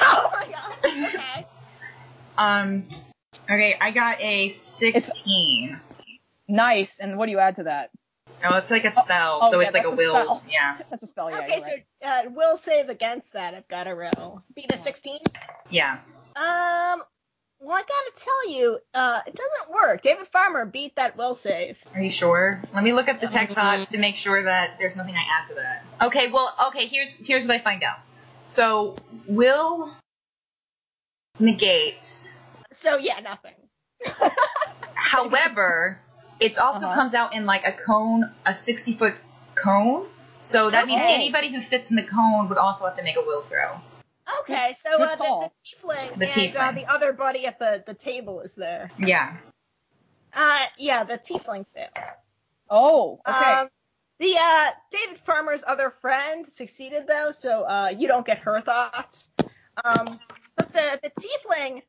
Speaker 2: Oh my god. Okay.
Speaker 3: Um, okay, I got a 16.
Speaker 5: Nice, and what do you add to that?
Speaker 3: No, it's like a spell,
Speaker 5: oh,
Speaker 3: so
Speaker 5: yeah,
Speaker 3: it's like a
Speaker 5: that's a
Speaker 3: will.
Speaker 5: spell.
Speaker 3: Yeah,
Speaker 5: That's a spell, Oh, yeah.
Speaker 2: okay,
Speaker 5: you're right.
Speaker 2: so uh, we'll save against that. I've got a roll. Beat a 16.
Speaker 3: yeah.
Speaker 2: Um, well, I gotta tell you, uh, it doesn't work. David Farmer beat that will save.
Speaker 3: Are you sure? Let me look up the
Speaker 5: Um,
Speaker 3: tech thoughts to make sure that there's nothing I add to that. Okay, well, okay. Here's here's what I find out. So will negates.
Speaker 2: So yeah, nothing.
Speaker 3: However, it also
Speaker 5: Uh-huh.
Speaker 3: comes out in like a cone, a 60 foot cone. So that means
Speaker 5: Okay.
Speaker 3: anybody who fits in the cone would also have to make a will throw.
Speaker 2: Okay, so
Speaker 5: good
Speaker 2: uh, the,
Speaker 5: call.
Speaker 2: the tiefling
Speaker 3: The
Speaker 2: and Uh,
Speaker 3: tiefling.
Speaker 2: the other buddy at the, the table is there.
Speaker 3: Yeah.
Speaker 2: Uh, yeah, the tiefling failed.
Speaker 5: Oh, okay.
Speaker 2: Um, the uh, David Farmer's other friend succeeded though, so uh, you don't get her thoughts. Um, but the the tiefling,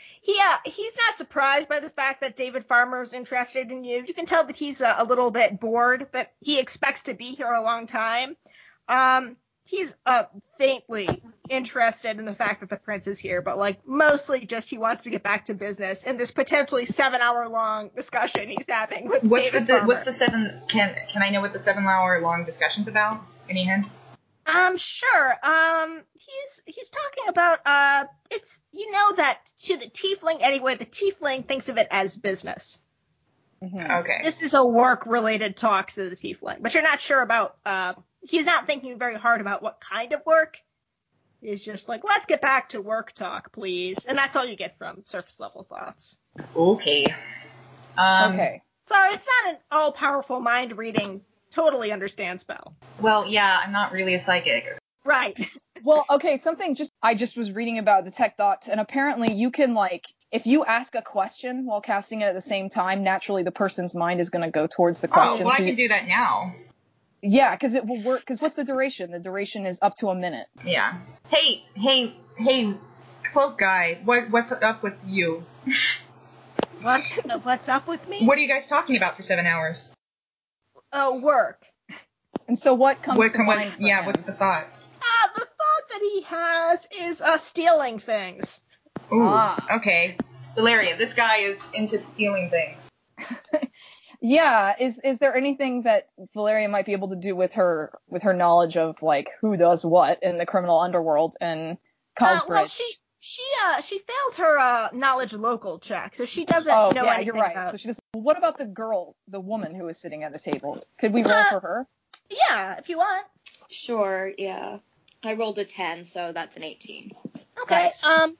Speaker 2: he uh, he's not surprised by the fact that David Farmer's interested in you. You can tell that he's uh, a little bit bored, that he expects to be here a long time. Um, he's uh, faintly interested in the fact that the prince is here, but like mostly just he wants to get back to business in this potentially seven hour long discussion he's having with
Speaker 3: What's the,
Speaker 2: David
Speaker 3: the
Speaker 2: Farmer.
Speaker 3: what's the seven? Can can I know what the seven hour long discussion's about? Any hints?
Speaker 2: Um, sure. Um, he's he's talking about uh, it's you know that to the tiefling anyway, the tiefling thinks of it as business.
Speaker 5: Mhm.
Speaker 3: Okay.
Speaker 2: This is a work related talk to the tiefling, but you're not sure about. Uh, he's not thinking very hard about what kind of work. He's just like, let's get back to work talk, please, and that's all you get from surface level thoughts.
Speaker 3: Okay. Um,
Speaker 5: okay.
Speaker 2: So it's not an all powerful mind reading, totally understand spell.
Speaker 3: Well, yeah, I'm not really a psychic.
Speaker 2: Right.
Speaker 5: Well, okay, something just I just was reading about the tech dots, and apparently you can like if you ask a question while casting it at the same time, naturally the person's mind is going to go towards the
Speaker 3: Oh,
Speaker 5: question.
Speaker 3: well, I
Speaker 5: so you-
Speaker 3: can do that now.
Speaker 5: yeah, because it will work. Because what's the duration? The duration is up to a minute.
Speaker 3: Yeah. Hey, hey, hey, cloak guy. What what's up with you?
Speaker 2: What's what's up with me?
Speaker 3: What are you guys talking about for seven hours?
Speaker 2: Uh, work.
Speaker 5: And so what comes
Speaker 3: What
Speaker 5: to
Speaker 3: can
Speaker 5: mind?
Speaker 3: what's
Speaker 5: for
Speaker 3: yeah?
Speaker 5: him?
Speaker 3: What's the thoughts?
Speaker 2: Uh, the thought that he has is uh, stealing things.
Speaker 3: Ooh.
Speaker 5: Ah.
Speaker 3: Okay. Valeria, this guy is into stealing things.
Speaker 5: yeah? Is is there anything that Valeria might be able to do with her with her knowledge of like who does what in the criminal underworld and
Speaker 2: Uh,
Speaker 5: Cosbridge?
Speaker 2: well, she she uh she failed her uh knowledge local check, so she doesn't
Speaker 5: oh
Speaker 2: know
Speaker 5: yeah,
Speaker 2: anything
Speaker 5: you're right.
Speaker 2: about.
Speaker 5: So she just. What about the girl, the woman who was sitting at the table? Could we roll
Speaker 2: Uh,
Speaker 5: for her?
Speaker 2: yeah, if you want.
Speaker 4: Sure, yeah. I rolled a 10, so that's an 18.
Speaker 2: Okay.
Speaker 5: Nice.
Speaker 2: Um,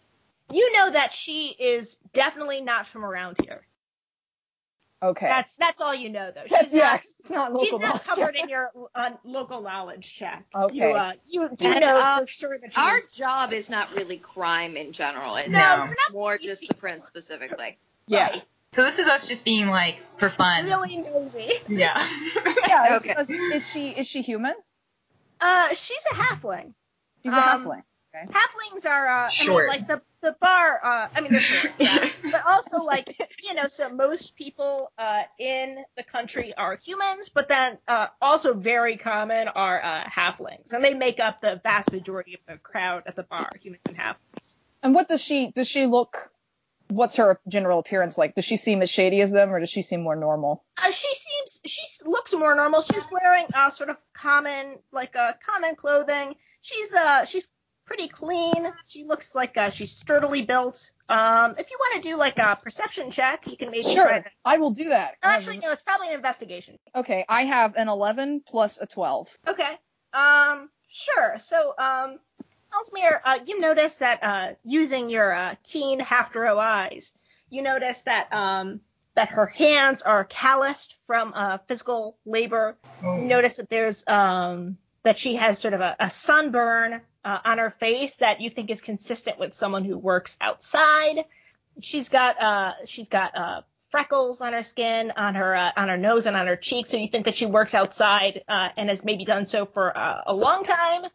Speaker 2: you know that she is definitely not from around here.
Speaker 5: Okay.
Speaker 2: That's that's all you know though.
Speaker 5: That's
Speaker 2: She's
Speaker 5: yeah,
Speaker 2: not.
Speaker 5: 'cause it's not
Speaker 2: She's
Speaker 5: local
Speaker 2: not
Speaker 5: knowledge.
Speaker 2: covered in your uh, local knowledge check. You,
Speaker 5: Okay.
Speaker 2: uh, you do
Speaker 4: And,
Speaker 2: know
Speaker 4: uh,
Speaker 2: for sure that
Speaker 4: Our
Speaker 2: she's.
Speaker 4: job is not really crime in general. It's
Speaker 3: No.
Speaker 2: we're not
Speaker 4: more
Speaker 2: PC.
Speaker 4: just the prince specifically.
Speaker 5: Yeah.
Speaker 2: Right.
Speaker 3: So this is us just being like for fun.
Speaker 2: Really nosy.
Speaker 3: Yeah.
Speaker 5: Yeah. is-
Speaker 4: Okay.
Speaker 5: Is, is she is she human?
Speaker 2: Uh, she's a halfling.
Speaker 5: She's a
Speaker 2: Um,
Speaker 5: halfling.
Speaker 2: halflings are uh,
Speaker 3: Short.
Speaker 2: I mean, like the the bar. Uh, I mean, they're short, yeah. but also like you know, so most people uh, in the country are humans, but then uh, also very common are uh, halflings, and they make up the vast majority of the crowd at the bar. Humans and halflings.
Speaker 5: And what does she does she look? What's her general appearance like? Does she seem as shady as them, or does she seem more normal?
Speaker 2: Uh, she seems she s- looks more normal. She's wearing uh, sort of common like uh, common clothing. She's uh she's pretty clean. She looks like uh, she's sturdily built. Um, if you want to do like a perception check, you can maybe try
Speaker 5: Sure,
Speaker 2: to
Speaker 5: I will do that.
Speaker 2: Actually, no, it's probably an investigation.
Speaker 5: Okay, I have an 11 plus a 12.
Speaker 2: Okay. Um, sure. So, um, Elsmere, uh, you notice that uh, using your uh, keen half-drow eyes, you notice that um, that her hands are calloused from uh, physical labor. You
Speaker 3: Oh.
Speaker 2: notice that there's um, that she has sort of a, a sunburn uh, on her face that you think is consistent with someone who works outside. She's got uh, she's got uh, freckles on her skin, on her uh, on her nose, and on her cheeks. So you think that she works outside uh, and has maybe done so for uh, a long time.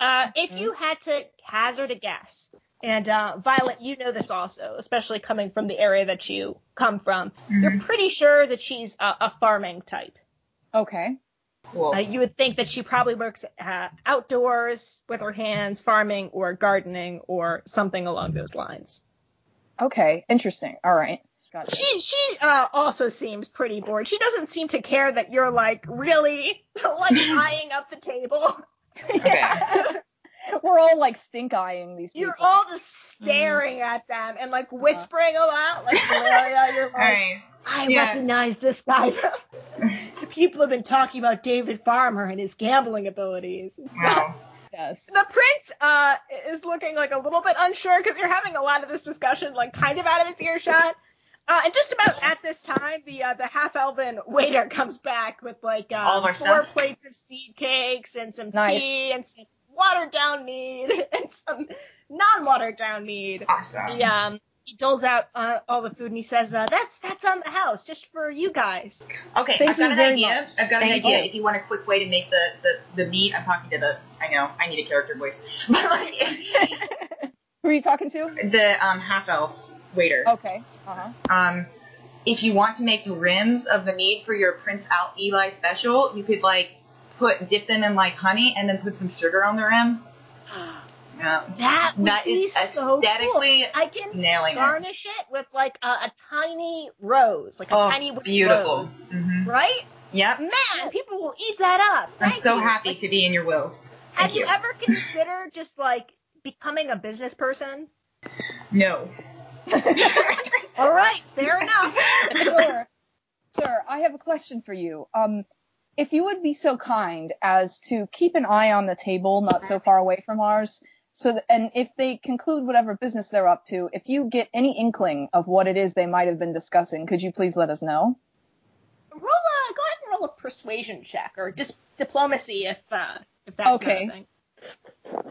Speaker 2: Uh, if you had to hazard a guess, and uh, Violet, you know this also, especially coming from the area that you come from, you're pretty sure that she's a, a farming type.
Speaker 5: Okay.
Speaker 3: Cool.
Speaker 2: Uh, you would think that she probably works uh, outdoors with her hands, farming or gardening or something along those lines.
Speaker 5: Okay. Interesting. All right. Got it.
Speaker 2: She she uh, also seems pretty bored. She doesn't seem to care that you're like really like eyeing up the table.
Speaker 3: Okay.
Speaker 5: We're all like stink eyeing these people.
Speaker 2: You're all just staring at them and like whispering a lot. Like Valeria, you're like,
Speaker 3: All right.
Speaker 2: I
Speaker 3: Yeah.
Speaker 2: recognize this guy. People have been talking about David Farmer and his gambling abilities.
Speaker 3: Wow.
Speaker 5: yes.
Speaker 2: The prince uh, is looking like a little bit unsure because you're having a lot of this discussion like kind of out of his earshot. Uh, and just about at this time, the uh, the half elven waiter comes back with like uh,
Speaker 3: All of our
Speaker 2: four
Speaker 3: stuff.
Speaker 2: plates of seed cakes and some
Speaker 5: Nice.
Speaker 2: tea and some watered down mead and some non watered down mead.
Speaker 3: Awesome.
Speaker 2: He um he doles out uh, all the food and he says uh, that's that's on the house just for you guys.
Speaker 3: Okay,
Speaker 5: Thank
Speaker 3: I've got
Speaker 5: you
Speaker 3: an
Speaker 5: very
Speaker 3: idea.
Speaker 5: much.
Speaker 3: I've got an
Speaker 4: Thank
Speaker 3: idea.
Speaker 5: you.
Speaker 3: If you want a quick way to make the, the, the meat, I'm talking to the. I know, I need a character voice. But like,
Speaker 5: Who are you talking to?
Speaker 3: the um, half elf waiter.
Speaker 5: Okay. Uh-huh.
Speaker 3: Um, if you want to make the rims of the meat for your Prince Al Eli special, you could like put dip them in like honey and then put some sugar on the rim. Yeah.
Speaker 2: That would
Speaker 3: That
Speaker 2: be
Speaker 3: is
Speaker 2: so
Speaker 3: aesthetically
Speaker 2: cool. I can
Speaker 3: nailing it.
Speaker 2: garnish it with like a, a tiny rose, like a
Speaker 3: Oh,
Speaker 2: tiny white
Speaker 3: beautiful.
Speaker 2: rose,
Speaker 3: hmm
Speaker 2: right?
Speaker 3: Yep.
Speaker 2: Man, people will eat that up.
Speaker 3: I'm
Speaker 2: Thank
Speaker 3: so
Speaker 2: you.
Speaker 3: happy
Speaker 2: Like,
Speaker 3: to be in your will.
Speaker 2: have
Speaker 3: Thank
Speaker 2: you ever considered just like becoming a business person?
Speaker 3: No.
Speaker 2: All right, fair enough.
Speaker 5: sir, sir, I have a question for you. Um, if you would be so kind as to keep an eye on the table, not so far away from ours, so that, and if they conclude whatever business they're up to, if you get any inkling of what it is they might have been discussing, could you please let us know?
Speaker 2: Roll a go ahead and roll a persuasion check or just diplomacy if uh, if that's
Speaker 5: Okay.
Speaker 2: Not a thing.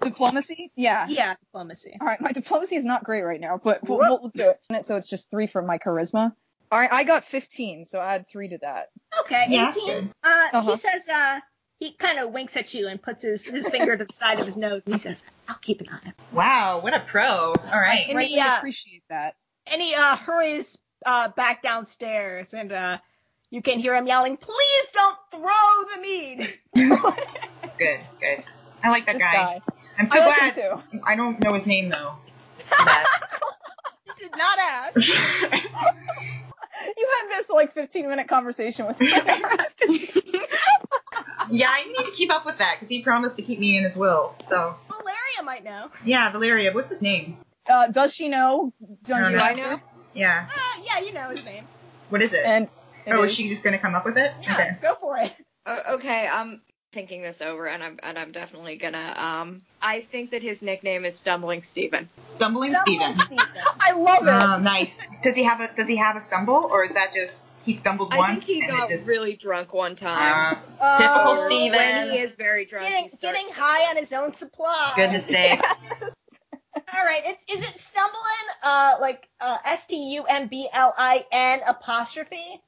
Speaker 5: Diplomacy? Yeah.
Speaker 2: Yeah, diplomacy.
Speaker 5: All right, my diplomacy is not great right now, but we'll, we'll, we'll do it. And So it's just three for my charisma. All right, I got 15, so add three to that.
Speaker 2: Okay,
Speaker 3: Yeah, that's
Speaker 2: 18.
Speaker 3: good.
Speaker 2: Uh,
Speaker 5: Uh-huh.
Speaker 2: He says, uh, he kind of winks at you and puts his, his finger to the side of his nose, and he says, I'll keep an eye on it.
Speaker 3: Wow, what a pro. All right.
Speaker 2: And
Speaker 5: Greatly
Speaker 2: he, uh,
Speaker 5: appreciate that.
Speaker 2: And he uh, hurries uh, back downstairs, and uh, you can hear him yelling, Please don't throw the mead!
Speaker 3: Good, good. I like that
Speaker 5: This
Speaker 3: guy.
Speaker 5: guy.
Speaker 3: I'm so
Speaker 5: I like
Speaker 3: glad.
Speaker 5: him too.
Speaker 3: I don't know his name though.
Speaker 2: You did not ask.
Speaker 5: You had this like 15 minute conversation with me.
Speaker 3: yeah, I need to keep up with that because he promised to keep me in his will. So
Speaker 2: Valeria might know.
Speaker 3: yeah, Valeria, what's his name?
Speaker 5: uh, does she know? Don't you
Speaker 3: No,
Speaker 5: I
Speaker 3: no.
Speaker 5: know?
Speaker 3: Yeah,
Speaker 2: Uh, yeah, you know his name.
Speaker 3: what is it?
Speaker 5: And it
Speaker 3: oh, is
Speaker 5: is-
Speaker 3: she just gonna come up with it?
Speaker 2: Yeah,
Speaker 3: Okay.
Speaker 2: go for it.
Speaker 4: O- okay, I'm thinking this over, and I'm and I'm definitely gonna. Um, I think that his nickname is Stumbling Steven.
Speaker 3: Stumbling Steven.
Speaker 2: Stumbling Steven.
Speaker 5: I love it.
Speaker 3: Oh, nice. Does he have a Does he have a stumble, or is that just he stumbled
Speaker 4: I think
Speaker 3: once
Speaker 4: he
Speaker 3: and
Speaker 4: got
Speaker 3: it just?
Speaker 4: really drunk one time.
Speaker 3: Uh,
Speaker 2: Oh,
Speaker 3: Typical Steven.
Speaker 4: When he is very drunk,
Speaker 2: Getting,
Speaker 4: he starts-
Speaker 2: getting high on his own supply.
Speaker 3: goodness sakes.
Speaker 2: All right. It's is it stumbling? Uh, like uh, S T U M B L I N apostrophe.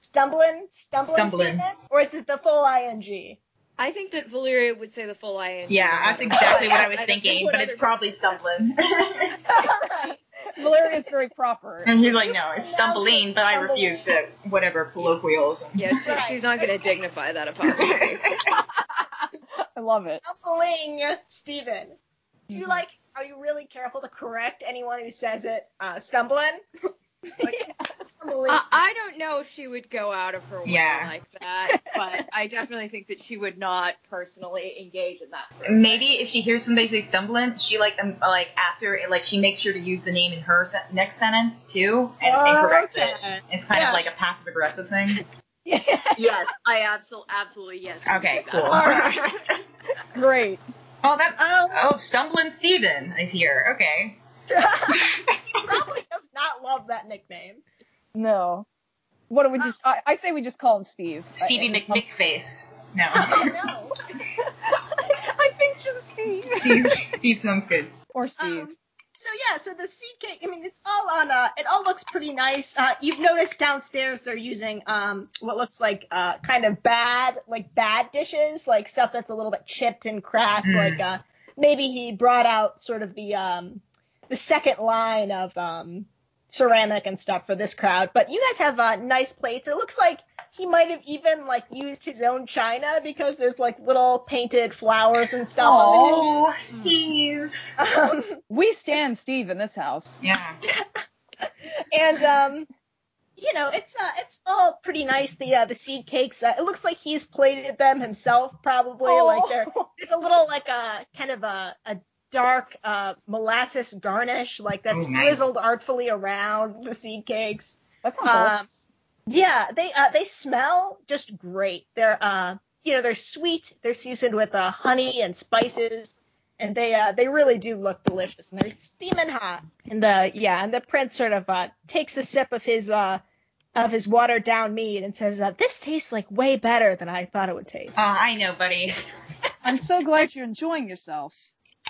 Speaker 2: Stumbling, stumbling,
Speaker 3: Stumbling.
Speaker 2: Steven? or is it the full ing?
Speaker 4: I think that Valeria would say the full ing.
Speaker 3: Yeah, that's exactly what I was
Speaker 4: don't
Speaker 3: thinking,
Speaker 4: know what
Speaker 3: but
Speaker 4: other-
Speaker 3: it's probably stumbling.
Speaker 2: All right.
Speaker 5: Valeria is very proper.
Speaker 3: and he's like, no, it's stumbling, but I refuse to whatever colloquialism.
Speaker 4: Yeah, she,
Speaker 2: Right.
Speaker 4: she's not gonna dignify that apostrophe.
Speaker 5: I love it.
Speaker 2: Stumbling, Steven. Do
Speaker 5: Mm-hmm.
Speaker 2: you like? Are you really careful to correct anyone who says it? Uh, stumbling. like, Stumbling.
Speaker 4: Uh, I don't know if she would go out of her way
Speaker 3: Yeah.
Speaker 4: like that, but I definitely think that she would not personally engage in that. Sort of
Speaker 3: Maybe if she hears somebody say stumbling, she like um, like after like she makes sure to use the name in her se- next sentence too, and,
Speaker 4: Oh,
Speaker 3: and corrects it.
Speaker 2: Okay.
Speaker 3: It's kind
Speaker 2: Yeah.
Speaker 3: of like a passive aggressive thing.
Speaker 4: thing. yes, I absolutely, absolutely yes. I would
Speaker 3: Okay,
Speaker 4: do that.
Speaker 3: cool.
Speaker 2: All
Speaker 5: Great.
Speaker 3: oh, that.
Speaker 2: Um,
Speaker 3: Oh, stumbling Steven is here. Okay.
Speaker 2: he probably does not love that nickname.
Speaker 5: No. What do we just? I, I say we just call him Steve.
Speaker 3: Stevie
Speaker 5: I, I-
Speaker 3: McNickface. face. uh, No.
Speaker 2: Oh no.
Speaker 5: I think just Steve
Speaker 3: Steve, Steve sounds good.
Speaker 5: or Steve.
Speaker 2: Um, so yeah, so the seed cake. I mean, it's all on. Uh, it all looks pretty nice. Uh, you've noticed downstairs they're using um what looks like uh kind of bad like bad dishes, like stuff that's a little bit chipped and cracked.
Speaker 3: Mm.
Speaker 2: Like uh maybe he brought out sort of the um the second line of um ceramic and stuff for this crowd. But you guys have uh, nice plates. It looks like he might have even like used his own china because there's like little painted flowers and stuff on the
Speaker 3: Oh,
Speaker 2: dishes.
Speaker 3: Steve.
Speaker 2: Um,
Speaker 5: we stand Steve in this house.
Speaker 3: Yeah.
Speaker 2: and um you know it's uh it's all pretty nice the uh the seed cakes uh, it looks like he's plated them himself probably
Speaker 5: Oh.
Speaker 2: like they're there's a little like a kind of a, a dark uh molasses garnish like that's
Speaker 3: Ooh, nice.
Speaker 2: drizzled artfully around the seed cakes
Speaker 5: That's
Speaker 2: Um,
Speaker 5: awesome.
Speaker 2: yeah they uh they smell just great they're uh you know they're sweet they're seasoned with uh honey and spices and they uh they really do look delicious and they're steaming hot and the yeah and the prince sort of uh takes a sip of his uh of his watered down mead and says uh, this tastes like way better than i thought it would taste
Speaker 3: Oh, I know, buddy.
Speaker 5: I'm so glad you're enjoying yourself.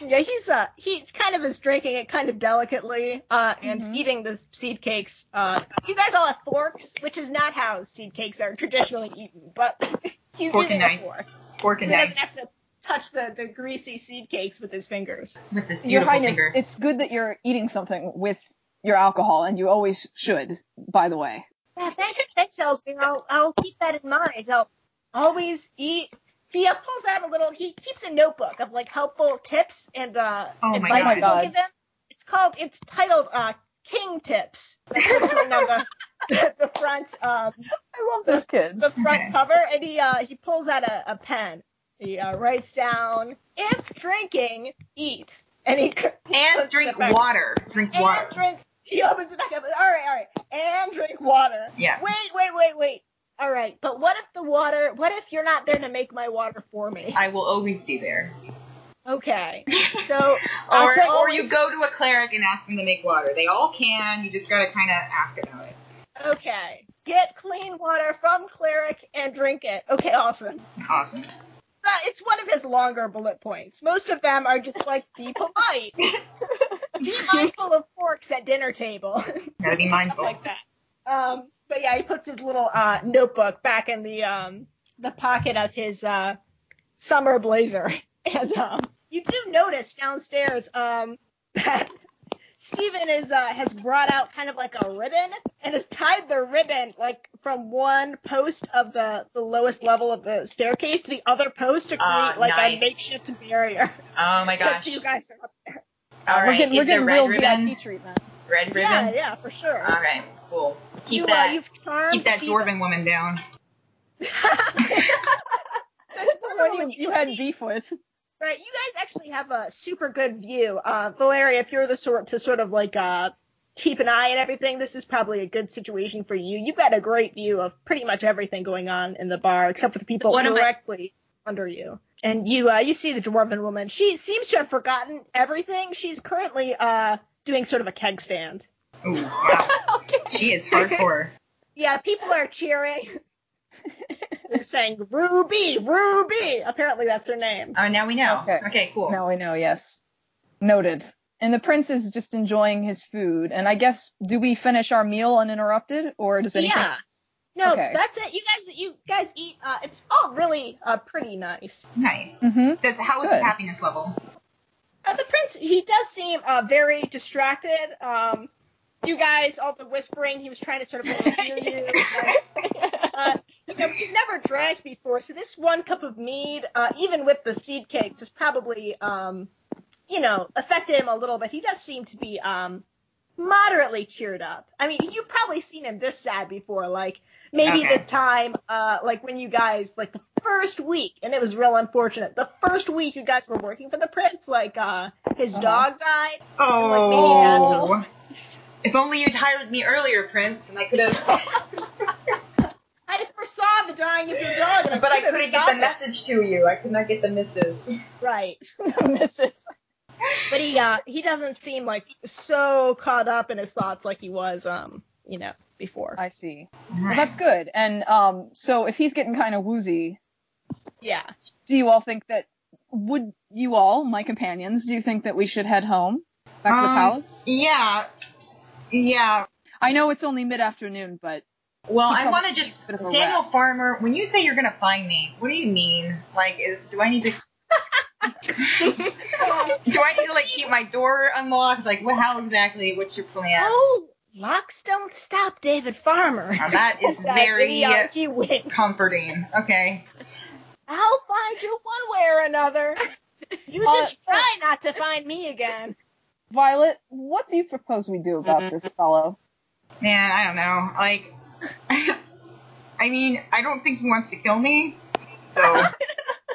Speaker 2: yeah he's uh he kind of is drinking it kind of delicately uh and
Speaker 5: Mhm.
Speaker 2: eating the seed cakes uh you guys all have forks which is not how seed cakes are traditionally eaten but he's
Speaker 3: Fork and
Speaker 2: using a
Speaker 3: knife.
Speaker 2: fork
Speaker 3: Fork
Speaker 2: so
Speaker 3: and
Speaker 2: he doesn't
Speaker 3: knife
Speaker 2: have to touch the the greasy seed cakes with his fingers
Speaker 3: with this
Speaker 5: Your
Speaker 3: beautiful
Speaker 5: Highness,
Speaker 3: finger.
Speaker 5: it's good that you're eating something with your alcohol, and you always should, by the way.
Speaker 2: Yeah, thanks, thanks, Ellsbury. I'll, I'll keep that in mind. I'll always eat Thea pulls out a little. He keeps a notebook of like helpful tips and uh,
Speaker 3: Oh my
Speaker 2: advice
Speaker 3: God.
Speaker 2: people
Speaker 5: Oh my
Speaker 2: give him. It's called. It's titled uh, King Tips. That's written on the, the front um,
Speaker 5: I love this kid.
Speaker 2: the front
Speaker 3: Okay.
Speaker 2: cover, and he uh, he pulls out a, a pen. He uh, writes down if drinking, eat, and he c- he puts
Speaker 3: And
Speaker 2: it
Speaker 3: drink
Speaker 2: back.
Speaker 3: water. Drink
Speaker 2: And
Speaker 3: water.
Speaker 2: drink. He opens it back up. All right, all right. And drink water.
Speaker 3: Yeah.
Speaker 2: Wait, wait, wait, wait. All right, but what if the water? What if you're not there to make my water for me?
Speaker 3: I will always be there.
Speaker 2: Okay. So I'll
Speaker 3: Or,
Speaker 2: try-
Speaker 3: or you
Speaker 2: always-
Speaker 3: go to a cleric and ask them to make water. They all can. You just gotta kind of ask about it.
Speaker 2: okay, get clean water from cleric and drink it. Okay, awesome.
Speaker 3: Awesome.
Speaker 2: Uh, It's one of his longer bullet points. Most of them are just like be polite, be mindful of forks at dinner table,
Speaker 3: Gotta be mindful.
Speaker 2: like that. Um, but yeah, he puts his little uh, notebook back in the um, the pocket of his uh, summer blazer, and um, you do notice downstairs um, that Stephen is uh, has brought out kind of like a ribbon and has tied the ribbon like from one post of the, the lowest level of the staircase to the other post to create
Speaker 3: Ah,
Speaker 2: like a
Speaker 3: nice.
Speaker 2: makeshift barrier.
Speaker 3: oh my
Speaker 2: So
Speaker 3: gosh.
Speaker 2: you guys are up there.
Speaker 3: All right.
Speaker 5: we're getting, we're
Speaker 3: Is there
Speaker 5: getting
Speaker 3: red
Speaker 5: real
Speaker 3: ribbon?
Speaker 5: VIP treatment.
Speaker 3: Red ribbon.
Speaker 2: Yeah, yeah, for sure.
Speaker 3: All right. Cool. Keep
Speaker 2: you,
Speaker 3: that.
Speaker 2: uh, you've charmed
Speaker 3: keep that
Speaker 2: Stephen.
Speaker 3: dwarven woman down.
Speaker 5: Everyone Oh, you, you had beef with.
Speaker 2: Right, you guys actually have a super good view. Uh, Valeria, if you're the sort to sort of like uh, keep an eye on everything, this is probably a good situation for you. You've got a great view of pretty much everything going on in the bar, except for the people
Speaker 4: What am I-
Speaker 2: directly under you. And you uh, you see the dwarven woman. She seems to have forgotten everything. She's currently uh, doing sort of a keg stand.
Speaker 3: Ooh, wow. She is hardcore.
Speaker 2: Yeah, people are cheering. They're saying Ruby, Ruby. Apparently that's her name.
Speaker 3: Oh, now we know.
Speaker 5: Okay.
Speaker 3: Okay, cool.
Speaker 5: Now I know, yes. Noted. And the prince is just enjoying his food. And I guess, do we finish our meal uninterrupted? Or does anything?
Speaker 4: Yeah.
Speaker 2: No,
Speaker 5: Okay.
Speaker 2: that's it. You guys, you guys eat. Uh, it's all really uh, pretty nice.
Speaker 3: Nice.
Speaker 5: Mhm.
Speaker 3: Does, how is his
Speaker 5: Good.
Speaker 3: happiness level?
Speaker 2: Uh, the prince, he does seem uh, very distracted. Um, you guys, all the whispering, he was trying to sort of overhear you. uh, you know, he's never drank before, so this one cup of mead, uh, even with the seed cakes, has probably, um, you know, affected him a little bit. He does seem to be um, moderately cheered up. I mean, you've probably seen him this sad before, like maybe
Speaker 3: Okay.
Speaker 2: the time, uh, like when you guys, like the first week, and it was real unfortunate. The first week you guys were working for the prince, like uh, his
Speaker 5: Uh-huh.
Speaker 2: dog died. Oh.
Speaker 3: Oh. If only you'd hired me earlier, Prince, and I could have.
Speaker 2: I foresaw the dying of your dog, and
Speaker 3: but I
Speaker 2: could've
Speaker 3: couldn't get
Speaker 2: stopped
Speaker 3: the
Speaker 2: it.
Speaker 3: message to you. I could not get the missive.
Speaker 2: Right.
Speaker 5: Miss it.
Speaker 2: but he uh he doesn't seem like so caught up in his thoughts like he was um you know before
Speaker 5: I see. Well,
Speaker 3: Alright.
Speaker 5: that's good. And um, so if he's getting kind of woozy,
Speaker 2: yeah
Speaker 5: do you all think that, would you all, my companions, do you think that we should head home? Back to the
Speaker 3: Um,
Speaker 5: palace?
Speaker 3: Yeah. Yeah.
Speaker 5: I know it's only mid afternoon, but
Speaker 3: Well,
Speaker 5: He
Speaker 3: I
Speaker 5: probably
Speaker 3: want to just
Speaker 5: could've
Speaker 3: Daniel
Speaker 5: harassed.
Speaker 3: Farmer. When you say you're gonna find me, what do you mean? Like, is, do I need to? do I need to like keep my door unlocked? Like, what? How exactly? What's your plan?
Speaker 2: oh locks don't stop david farmer
Speaker 3: Now, that is
Speaker 2: Besides,
Speaker 3: very
Speaker 2: he, uh, he wins
Speaker 3: comforting. Okay.
Speaker 2: i'll find you one way or another you
Speaker 5: Uh,
Speaker 2: just try not to find me again
Speaker 5: Violet, what do you propose we do about
Speaker 3: Mm-hmm.
Speaker 5: this fellow?
Speaker 3: Man, I don't know. Like, I mean, I don't think he wants to kill me. So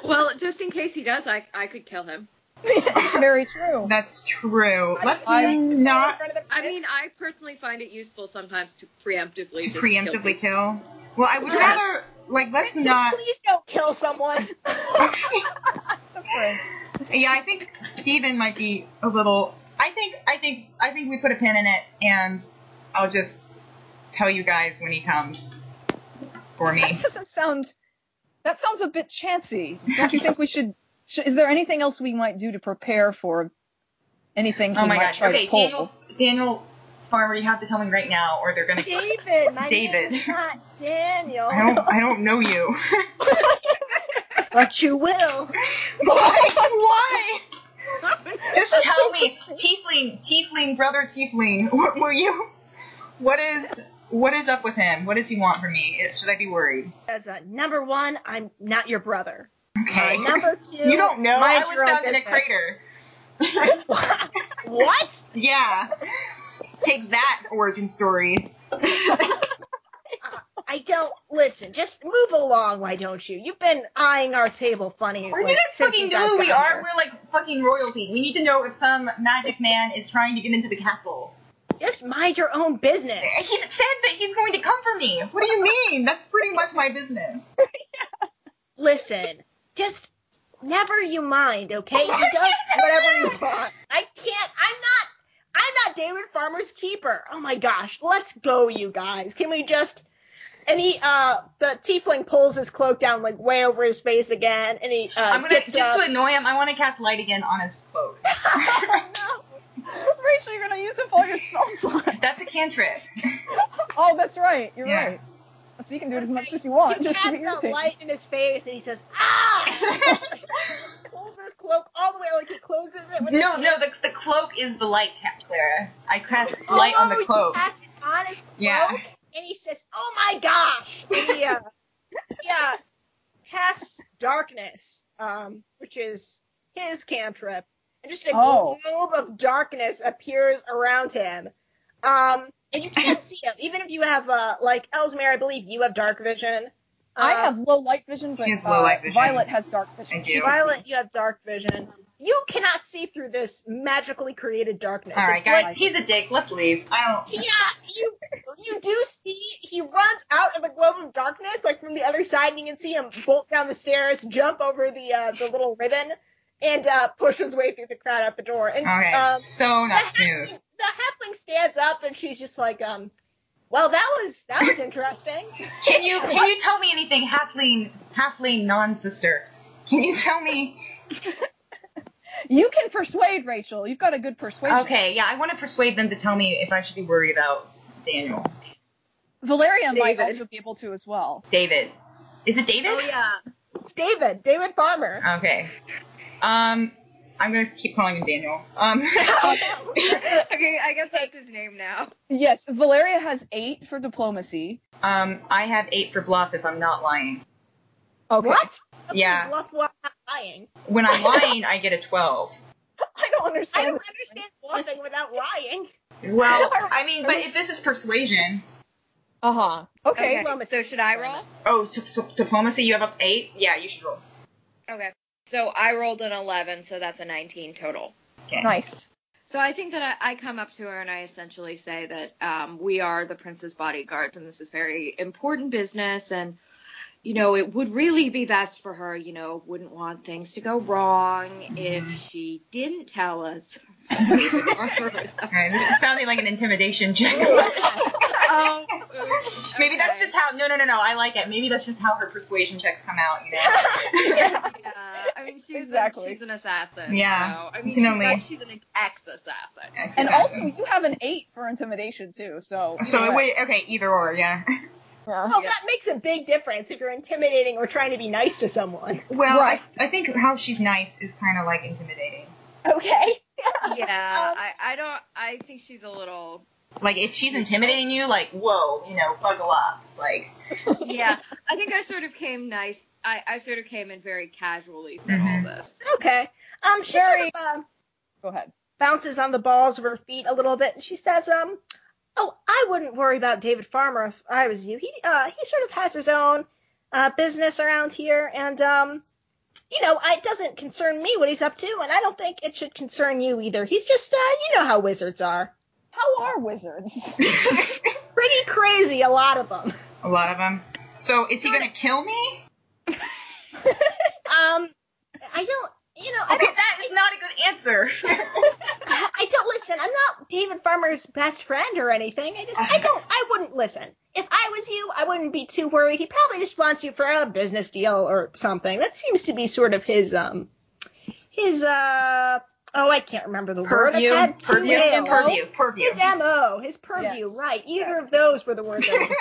Speaker 4: Well, just in case he does, I I could kill him.
Speaker 5: Very true.
Speaker 3: that's true. Let's
Speaker 5: I-
Speaker 3: not
Speaker 4: I mean, I personally find it useful sometimes to preemptively just kill
Speaker 3: preemptively
Speaker 4: people.
Speaker 3: kill. Well, I would
Speaker 4: Yes.
Speaker 3: rather like let's
Speaker 2: just
Speaker 3: not.
Speaker 2: please don't kill someone
Speaker 3: Yeah, I think Steven might be a little. I think I think I think we put a pin in it, and I'll just tell you guys when he comes for me.
Speaker 5: That doesn't sound. That sounds a bit chancy. Don't you think we should? Sh- is there anything else we might do to prepare for anything he
Speaker 3: Oh my
Speaker 5: might
Speaker 3: gosh.
Speaker 5: try
Speaker 3: Okay,
Speaker 5: to pull?
Speaker 3: Daniel, Daniel Farmer, you have to tell me right now, or they're gonna.
Speaker 2: david my
Speaker 3: David.
Speaker 2: name is not daniel
Speaker 3: I don't. I don't know you.
Speaker 2: but you will
Speaker 3: Why? Why? Just tell me, Tiefling, Tiefling, brother Tiefling, what will you? What is? What is up with him? What does he want from me? Should I be worried?
Speaker 2: as a number one i'm not your brother
Speaker 3: Okay.
Speaker 2: Uh, number two.
Speaker 3: you don't know.
Speaker 2: mind
Speaker 3: I was
Speaker 2: your own
Speaker 3: found in a
Speaker 2: business.
Speaker 3: crater.
Speaker 2: what?
Speaker 3: Yeah. Take that origin story.
Speaker 2: I don't listen. Just move along. Why don't you? You've been eyeing our table funny.
Speaker 3: Or you
Speaker 2: like,
Speaker 3: guys
Speaker 2: since
Speaker 3: fucking
Speaker 2: you
Speaker 3: know
Speaker 2: guys
Speaker 3: who we
Speaker 2: got
Speaker 3: are.
Speaker 2: here.
Speaker 3: We're like fucking royalty. We need to know if some magic man is trying to get into the castle.
Speaker 2: Just mind your own business.
Speaker 3: He said that he's going to come for me. What do you mean? That's pretty much my business.
Speaker 2: Listen, just never you mind, okay? He does whatever he wants. I can't. I'm not. I'm not David Farmer's keeper. Oh my gosh, let's go, you guys. Can we just? And he, uh, the tiefling pulls his cloak down like way over his face again, and he. Uh,
Speaker 3: I'm gonna
Speaker 2: gets
Speaker 3: just
Speaker 2: up.
Speaker 3: to annoy him. I want to cast light again on his cloak.
Speaker 5: Rachel, you're gonna use it for your spell slot.
Speaker 3: That's a cantrip.
Speaker 5: Oh, that's right. You're
Speaker 3: Yeah.
Speaker 5: right. So you can do it as much as you want.
Speaker 3: oh,
Speaker 2: He
Speaker 5: just to
Speaker 2: casts
Speaker 5: be
Speaker 2: a
Speaker 5: irritating.
Speaker 2: light in his face, and he says, "Ah!" pulls his cloak all the way, like he closes it. With
Speaker 3: No,
Speaker 2: his
Speaker 3: no, the, the cloak is the light, Cap Clara. I cast light on
Speaker 2: Oh,
Speaker 3: the
Speaker 2: he
Speaker 3: cloak.
Speaker 2: casts it on his cloak,
Speaker 3: Yeah.
Speaker 2: and he says, "Oh my gosh!" And he, uh, yeah, casts darkness, um, which is his cantrip, and just a
Speaker 5: Oh.
Speaker 2: globe of darkness appears around him. Um, and you can't see him, even if you have uh, like Elsmere, I believe you have dark vision.
Speaker 5: I
Speaker 2: Um,
Speaker 5: have low light vision, but
Speaker 3: She uh, has
Speaker 5: uh,
Speaker 3: low light vision.
Speaker 5: Violet has dark vision.
Speaker 3: I do.
Speaker 2: Violet, you have dark vision. You cannot see through this magically created darkness.
Speaker 3: All right,
Speaker 2: It's like-
Speaker 3: guys, he's a dick. Let's leave. I don't.
Speaker 2: yeah, you you do see he runs out of the globe of darkness, like from the other side, and you can see him bolt down the stairs, jump over the uh, the little ribbon, and uh, push his way through the crowd out the door. And
Speaker 3: Okay,
Speaker 2: um,
Speaker 3: so
Speaker 2: the
Speaker 3: not smooth.
Speaker 2: halfling, the halfling stands up, and she's just like, um, well, that was that was interesting.
Speaker 3: Can you can you tell me anything, halfling, halfling non sister? Can you tell me?
Speaker 5: You can persuade Rachel. You've got a good persuasion.
Speaker 3: Okay, yeah, I want to persuade them to tell me if I should be worried about Daniel,
Speaker 5: Valeria might
Speaker 4: David.
Speaker 5: also be able to as well.
Speaker 3: David. Is it David?
Speaker 4: Oh yeah.
Speaker 2: It's David, David Farmer.
Speaker 3: Okay. Um, I'm gonna keep calling him Daniel. Um,
Speaker 2: Oh,
Speaker 4: okay, I guess that's his name now.
Speaker 5: Yes, Valeria has eight for diplomacy.
Speaker 3: um, I have eight for bluff if I'm not lying.
Speaker 5: Okay.
Speaker 2: What?
Speaker 3: Yeah.
Speaker 2: Bluff while not lying.
Speaker 3: When I'm lying, I get a twelve.
Speaker 5: I don't
Speaker 2: I
Speaker 5: understand.
Speaker 2: don't understand bluffing without lying.
Speaker 3: Well, I mean, but if this is persuasion,
Speaker 5: Uh huh.
Speaker 3: Uh-huh.
Speaker 5: Okay.
Speaker 4: Okay. So should I roll?
Speaker 3: oh, t- so diplomacy, you have up eight. Yeah, you should roll.
Speaker 4: Okay. So I rolled an 11, so that's a 19 total.
Speaker 5: Nice.
Speaker 4: So I think that I, I come up to her and I essentially say that um, we are the prince's bodyguards and this is very important business and you know it would really be best for her you know wouldn't want things to go wrong if she didn't tell us. Um,
Speaker 3: Okay, this is sounding like an intimidation check.
Speaker 4: um,
Speaker 3: Maybe that's
Speaker 4: okay.
Speaker 3: just how. No, no, no, no. I like it. Maybe that's just how her persuasion checks come out. You know.
Speaker 4: Yeah, I mean she's
Speaker 5: Exactly.
Speaker 4: she's an assassin.
Speaker 3: Yeah.
Speaker 4: so, I mean
Speaker 3: Can
Speaker 4: she's,
Speaker 3: only-
Speaker 4: not- she's an ex assassin.
Speaker 5: And also,
Speaker 3: Exactly.
Speaker 5: you have an eight for intimidation too. So.
Speaker 3: So
Speaker 5: Yeah.
Speaker 3: wait, okay, either or, yeah.
Speaker 5: Oh, Yeah.
Speaker 2: Well, that makes a big difference if you're intimidating or trying to be nice to someone.
Speaker 3: Well, I, I think how she's nice is kind of like intimidating.
Speaker 2: Okay.
Speaker 4: Yeah,
Speaker 2: Um,
Speaker 4: I, I don't. I think she's a little.
Speaker 3: Like if she's intimidating you, like whoa, you know, buckle up. Like
Speaker 4: Yeah, I think I sort of came nice. I, I sort of came in very casually said
Speaker 2: Mm-hmm.
Speaker 3: Mhm.
Speaker 4: all this.
Speaker 2: Okay. Um, she
Speaker 5: Very-
Speaker 2: sort of uh,
Speaker 5: Go ahead.
Speaker 2: bounces on the balls of her feet a little bit, and she says, "Um, oh, I wouldn't worry about David Farmer if I was you. He uh he sort of has his own uh business around here, and um, you know, I, it doesn't concern me what he's up to, and I don't think it should concern you either. He's just uh, you know how wizards are,
Speaker 5: How are wizards?
Speaker 2: pretty crazy, a lot of them.
Speaker 3: a lot of them. So is he gonna kill me?
Speaker 2: Um, I don't, you know, I
Speaker 3: Okay,
Speaker 2: don't.
Speaker 3: that is not a good answer.
Speaker 2: I don't listen. I'm not David Farmer's best friend or anything. I just I don't I wouldn't listen. If I was you, I wouldn't be too worried. He probably just wants you for a business deal or something. That seems to be sort of his um his uh oh I can't remember the
Speaker 3: purview,
Speaker 2: word. I've had two
Speaker 3: purview,
Speaker 2: M.O.
Speaker 3: purview, purview.
Speaker 2: His mo, his purview,
Speaker 5: Yes.
Speaker 2: right? Either of those were the words. I was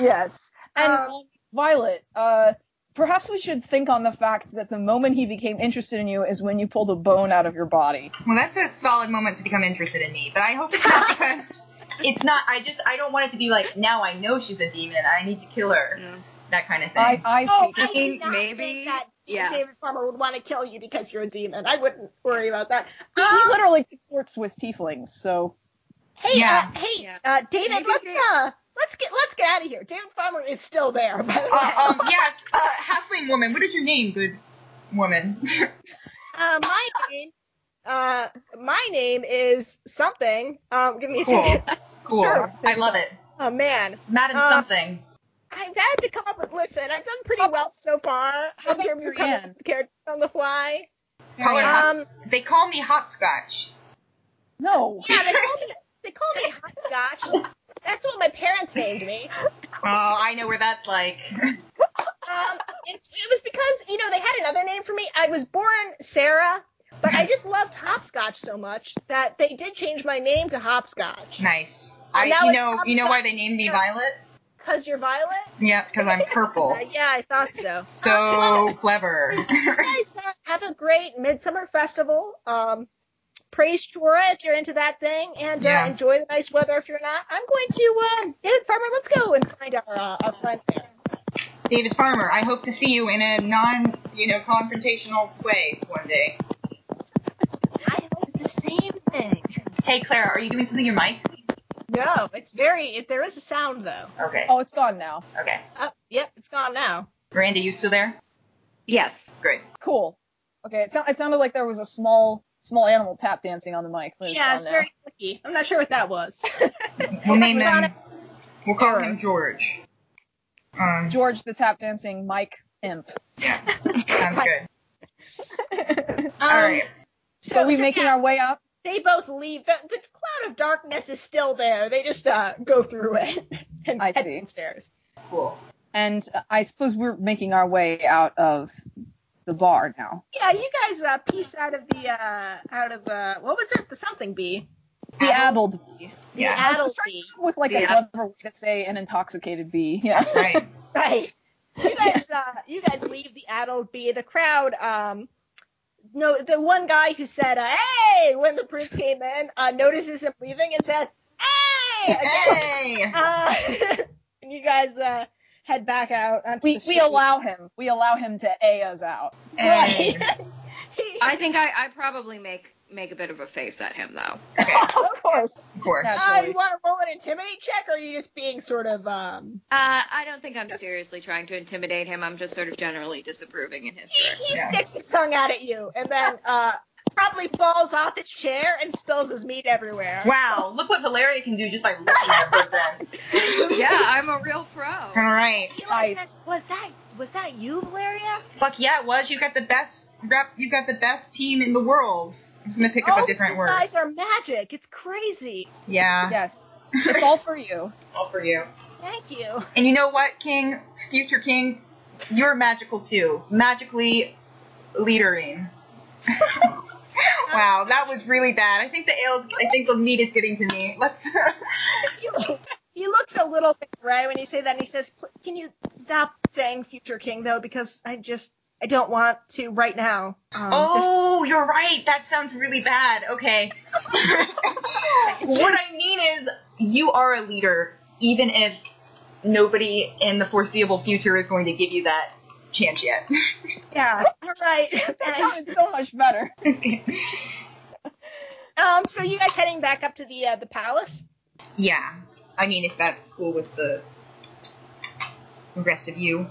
Speaker 5: yes. And
Speaker 2: Um,
Speaker 5: um, Violet, uh, perhaps we should think on the fact that the moment he became interested in you is when you pulled a bone out of your body.
Speaker 3: Well, that's a solid moment to become interested in me, but I hope it's not because it's not. I just I don't want it to be like now I know she's a demon. I need to kill her.
Speaker 4: Yeah.
Speaker 3: That kind of thing.
Speaker 5: I, I see.
Speaker 2: Oh, I
Speaker 4: think
Speaker 2: do not
Speaker 4: maybe-
Speaker 2: think that
Speaker 4: Yeah.
Speaker 2: David Farmer would want to kill you because you're a demon. I wouldn't worry about that.
Speaker 5: He,
Speaker 2: Um,
Speaker 5: he literally consorts with tieflings, so
Speaker 2: Hey,
Speaker 3: Yeah.
Speaker 2: uh, hey,
Speaker 4: Yeah.
Speaker 2: uh, David,
Speaker 4: Maybe
Speaker 2: let's
Speaker 4: they-
Speaker 2: uh, let's get let's get out of here. David Farmer is still there, by the way.
Speaker 3: Uh, um, yes, uh, halfling woman. What is your name, good woman?
Speaker 2: Uh, my name, uh, my name is something. Um, give me a
Speaker 3: Cool.
Speaker 2: second.
Speaker 3: cool. Um,
Speaker 2: Sure.
Speaker 3: I love it.
Speaker 2: Oh man,
Speaker 3: Madam
Speaker 2: Uh,
Speaker 3: something.
Speaker 2: I've had to come up with. Listen, I've done pretty well so far. How
Speaker 5: about
Speaker 2: dare you come up
Speaker 5: Brienne?
Speaker 2: with characters on the fly?
Speaker 3: Call her hot,
Speaker 2: Um,
Speaker 3: they call me hopscotch.
Speaker 5: no.
Speaker 2: Yeah, they call me they call me Hopscotch. That's what my parents named me.
Speaker 3: Oh, I know where that's like.
Speaker 2: Um, it's, it was because you know they had another name for me. I was born Sarah, but I just loved hopscotch so much that they did change my name to Hopscotch.
Speaker 3: nice.
Speaker 2: And now
Speaker 3: I, you
Speaker 2: it's
Speaker 3: know, you know why they
Speaker 2: hopscotch.
Speaker 3: named me Violet?
Speaker 2: Cause you're Violet.
Speaker 3: Yeah, because I'm purple.
Speaker 2: Uh, yeah, I thought so.
Speaker 3: So clever.
Speaker 2: You guys uh, have a great midsummer festival. Um, praise Chora if you're into that thing, and uh,
Speaker 3: Yeah.
Speaker 2: enjoy the nice weather if you're not. I'm going to uh, David Farmer. Let's go and find our uh, our friend there.
Speaker 3: David Farmer, I hope to see you in a non, you know, confrontational way one day.
Speaker 2: I hope the same thing.
Speaker 3: Hey, Clara, are you doing something with your mic?
Speaker 2: No, it's very. It, there is a sound though.
Speaker 3: Okay.
Speaker 5: Oh, it's gone now.
Speaker 3: Okay.
Speaker 2: Uh, yep, it's gone now.
Speaker 3: Miranda, you still there?
Speaker 4: Yes.
Speaker 3: Great.
Speaker 5: Cool. Okay, it, sound, it sounded like there was a small small animal tap dancing on the mic. But
Speaker 2: yeah,
Speaker 5: gone
Speaker 2: it's
Speaker 5: now.
Speaker 2: very clicky. I'm not sure what that was.
Speaker 3: We'll name him.
Speaker 2: Miranda-
Speaker 3: We'll call him George. Um,
Speaker 5: George the tap dancing Mike Imp.
Speaker 3: sounds good.
Speaker 2: Um,
Speaker 3: All right.
Speaker 5: So, we making
Speaker 2: yeah,
Speaker 5: our way up.
Speaker 2: They both leave. The, the cloud of darkness is still there. They just uh, go through it and
Speaker 5: I
Speaker 2: head
Speaker 5: see.
Speaker 2: downstairs.
Speaker 3: Cool.
Speaker 5: And uh, I suppose we're making our way out of the bar now.
Speaker 2: Yeah, you guys uh, piece out of the uh, out of the what was it? The something bee.
Speaker 5: The addled
Speaker 3: Yeah.
Speaker 2: The
Speaker 5: I was
Speaker 2: addled
Speaker 5: just trying
Speaker 2: bee.
Speaker 5: with like a
Speaker 4: Yeah.
Speaker 5: clever way to say an intoxicated bee. Yeah.
Speaker 3: That's right.
Speaker 2: Right. You guys, uh, you guys leave the adult bee. The crowd, um, no, the one guy who said, uh, "Hey!" when the prince came in, uh, notices him leaving and says, "Hey!" again.
Speaker 3: Hey!
Speaker 2: Uh, and you guys uh, head back out. Onto
Speaker 5: We
Speaker 2: the
Speaker 5: we
Speaker 2: street.
Speaker 5: allow him. We allow him to a us out.
Speaker 3: Hey.
Speaker 2: He-
Speaker 4: I think I, I probably make make a bit of a face at him though.
Speaker 3: Okay,
Speaker 5: of course.
Speaker 3: of course.
Speaker 5: Yeah.
Speaker 2: uh, you want to roll an intimidate check, or are you just being sort of um?
Speaker 4: Uh, I don't think I'm
Speaker 2: Yes.
Speaker 4: seriously trying to intimidate him. I'm just sort of generally disapproving in his
Speaker 2: He,
Speaker 4: direction.
Speaker 2: he
Speaker 3: Yeah.
Speaker 2: sticks his tongue out at you, and then uh, probably falls off his chair and spills his meat everywhere.
Speaker 3: Wow, look what Hilaria can do just by looking at a person.
Speaker 4: yeah, I'm a real
Speaker 3: All
Speaker 4: pro.
Speaker 3: right.
Speaker 5: Nice.
Speaker 6: was that was that you, Valeria?
Speaker 3: Fuck yeah, it was. You got the best rep. You got the best team in the world. I'm just gonna pick up
Speaker 2: All
Speaker 3: a different
Speaker 2: you
Speaker 3: word.
Speaker 2: guys are magic. It's crazy.
Speaker 3: Yeah.
Speaker 5: Yes. It's all for you.
Speaker 3: All for you.
Speaker 2: Thank you.
Speaker 3: And you know what, King, future King, you're magical too. Magically leadering. wow, that was really bad. I think the ale's. I think the meat is getting to me. Let's.
Speaker 2: He, he looks a little bit right when you say that, and he says, "Pl- "Can you stop saying future king though? Because I just I don't want to right now." Um, just-
Speaker 3: Oh, you're right. That sounds really bad. Okay. what I mean is, you are a leader, even if nobody in the foreseeable future is going to give you that chance yet.
Speaker 2: yeah. All right.
Speaker 5: That
Speaker 2: Thanks.
Speaker 5: sounded so much better.
Speaker 2: Um. So you guys heading back up to the uh, the palace?
Speaker 3: yeah. I mean, if that's cool with the rest of you.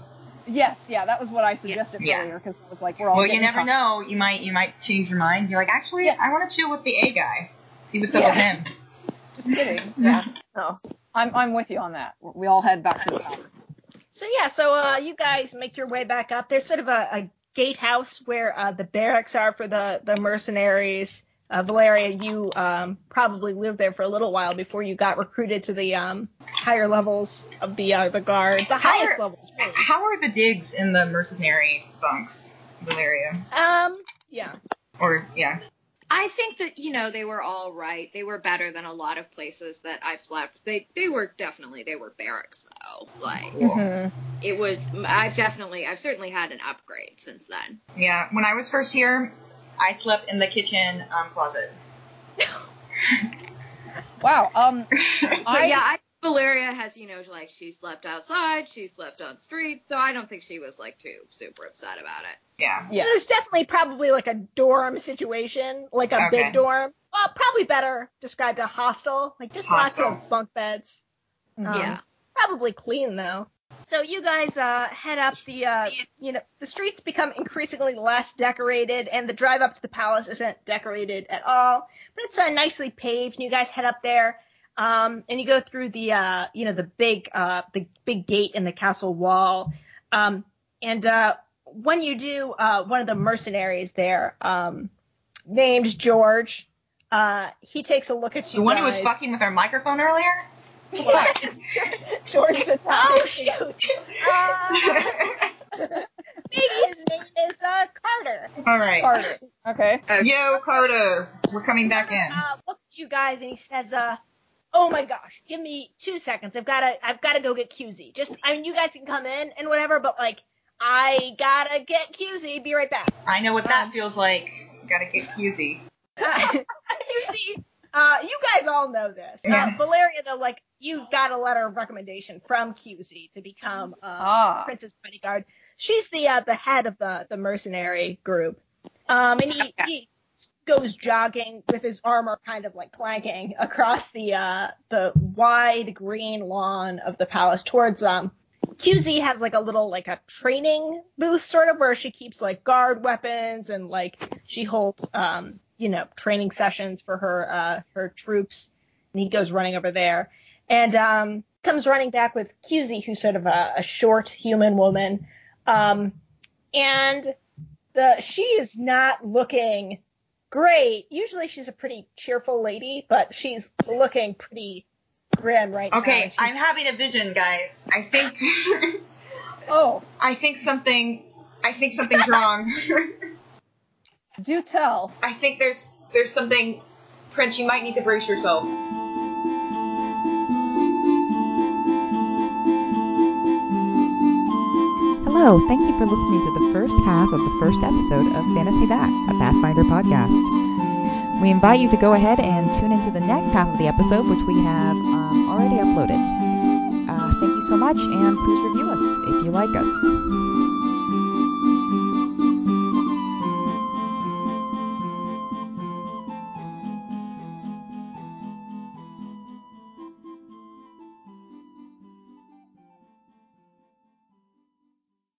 Speaker 5: Yes, yeah, that was what I suggested
Speaker 3: Yeah.
Speaker 5: earlier because I was like, we're all.
Speaker 3: well, you
Speaker 5: getting
Speaker 3: never
Speaker 5: tired.
Speaker 3: know. You might you might change your mind. You're like, actually,
Speaker 5: Yeah.
Speaker 3: I want to chill with the A guy. See what's up
Speaker 5: Yeah.
Speaker 3: with him.
Speaker 5: Just kidding. Yeah. No. I'm I'm with you on that. We all head back to the palace.
Speaker 2: So yeah, so uh, you guys make your way back up. There's sort of a, a gatehouse where uh, the barracks are for the the mercenaries. Uh, Valeria, you um, probably lived there for a little while before you got recruited to the um, higher levels of the uh, the guard, the
Speaker 3: Higher-
Speaker 2: highest levels. Really.
Speaker 3: How are the digs in the mercenary bunks, Valeria?
Speaker 2: Um, yeah.
Speaker 3: Or yeah.
Speaker 4: I think that you know they were all right. They were better than a lot of places that I've slept. They they were definitely they were barracks though. Like
Speaker 3: Mm-hmm.
Speaker 4: it was. I've definitely I've certainly had an upgrade since then.
Speaker 3: Yeah, when I was first here, I slept in the kitchen um, closet.
Speaker 5: Wow. Um.
Speaker 4: But
Speaker 5: I
Speaker 4: yeah, I Valeria has, you know, like she slept outside, she slept on streets, so I don't think she was like too super upset about it.
Speaker 3: Yeah.
Speaker 5: Yeah.
Speaker 2: There's definitely probably like a dorm situation, like a
Speaker 3: Okay.
Speaker 2: big dorm. Well, probably better described a hostel, like just lots
Speaker 3: Hostel.
Speaker 2: of bunk beds. Um,
Speaker 4: yeah.
Speaker 2: Probably clean though. So you guys uh, head up the, uh, you know, the streets become increasingly less decorated, and the drive up to the palace isn't decorated at all. But it's uh, nicely paved, and you guys head up there, um, and you go through the, uh, you know, the big, uh, the big gate in the castle wall, um, and uh, when you do, uh, one of the mercenaries there, um, named George, uh, he takes a look at you.
Speaker 3: The one who was
Speaker 2: guys.
Speaker 3: fucking with our microphone earlier?
Speaker 5: George the
Speaker 2: Oh shoot! Uh, maybe his name is uh, Carter.
Speaker 3: All right.
Speaker 5: Carter. Okay.
Speaker 3: Yo, Carter. We're coming back in.
Speaker 2: Uh, looks at you guys and he says, uh, "Oh my gosh, give me two seconds. I've gotta, I've gotta go get QZ. Just, I mean, you guys can come in and whatever, but like, I gotta get QZ. Be right back."
Speaker 3: I know what that feels like. Gotta get QZ.
Speaker 2: Uh, QZ. Uh, you guys all know this. Uh,
Speaker 3: Yeah.
Speaker 2: Valeria, though, like, you got a letter of recommendation from QZ to become uh,
Speaker 5: Ah.
Speaker 2: Princess Bodyguard. She's the uh, the head of the the mercenary group. Um, and he, he goes jogging with his armor kind of like clanking across the uh the wide green lawn of the palace towards um QZ has like a little like a training booth sort of where she keeps like guard weapons and like she holds um you know training sessions for her uh her troops and he goes running over there and um, comes running back with QZ, who's sort of a, a short human woman, um, and the she is not looking great. Usually she's a pretty cheerful lady, but she's looking pretty grim right
Speaker 3: Okay,
Speaker 2: now.
Speaker 3: I'm having a vision, guys. I think
Speaker 5: Oh.
Speaker 3: I think something I think something's wrong.
Speaker 5: Do tell.
Speaker 3: I think there's there's something Prince, you might need to brace yourself.
Speaker 1: Hello, thank you for listening to the first half of the first episode of Fantasy That, a Pathfinder podcast. We invite you to go ahead and tune into the next half of the episode, which we have um, already uploaded. Uh, thank you so much, and please review us if you like us.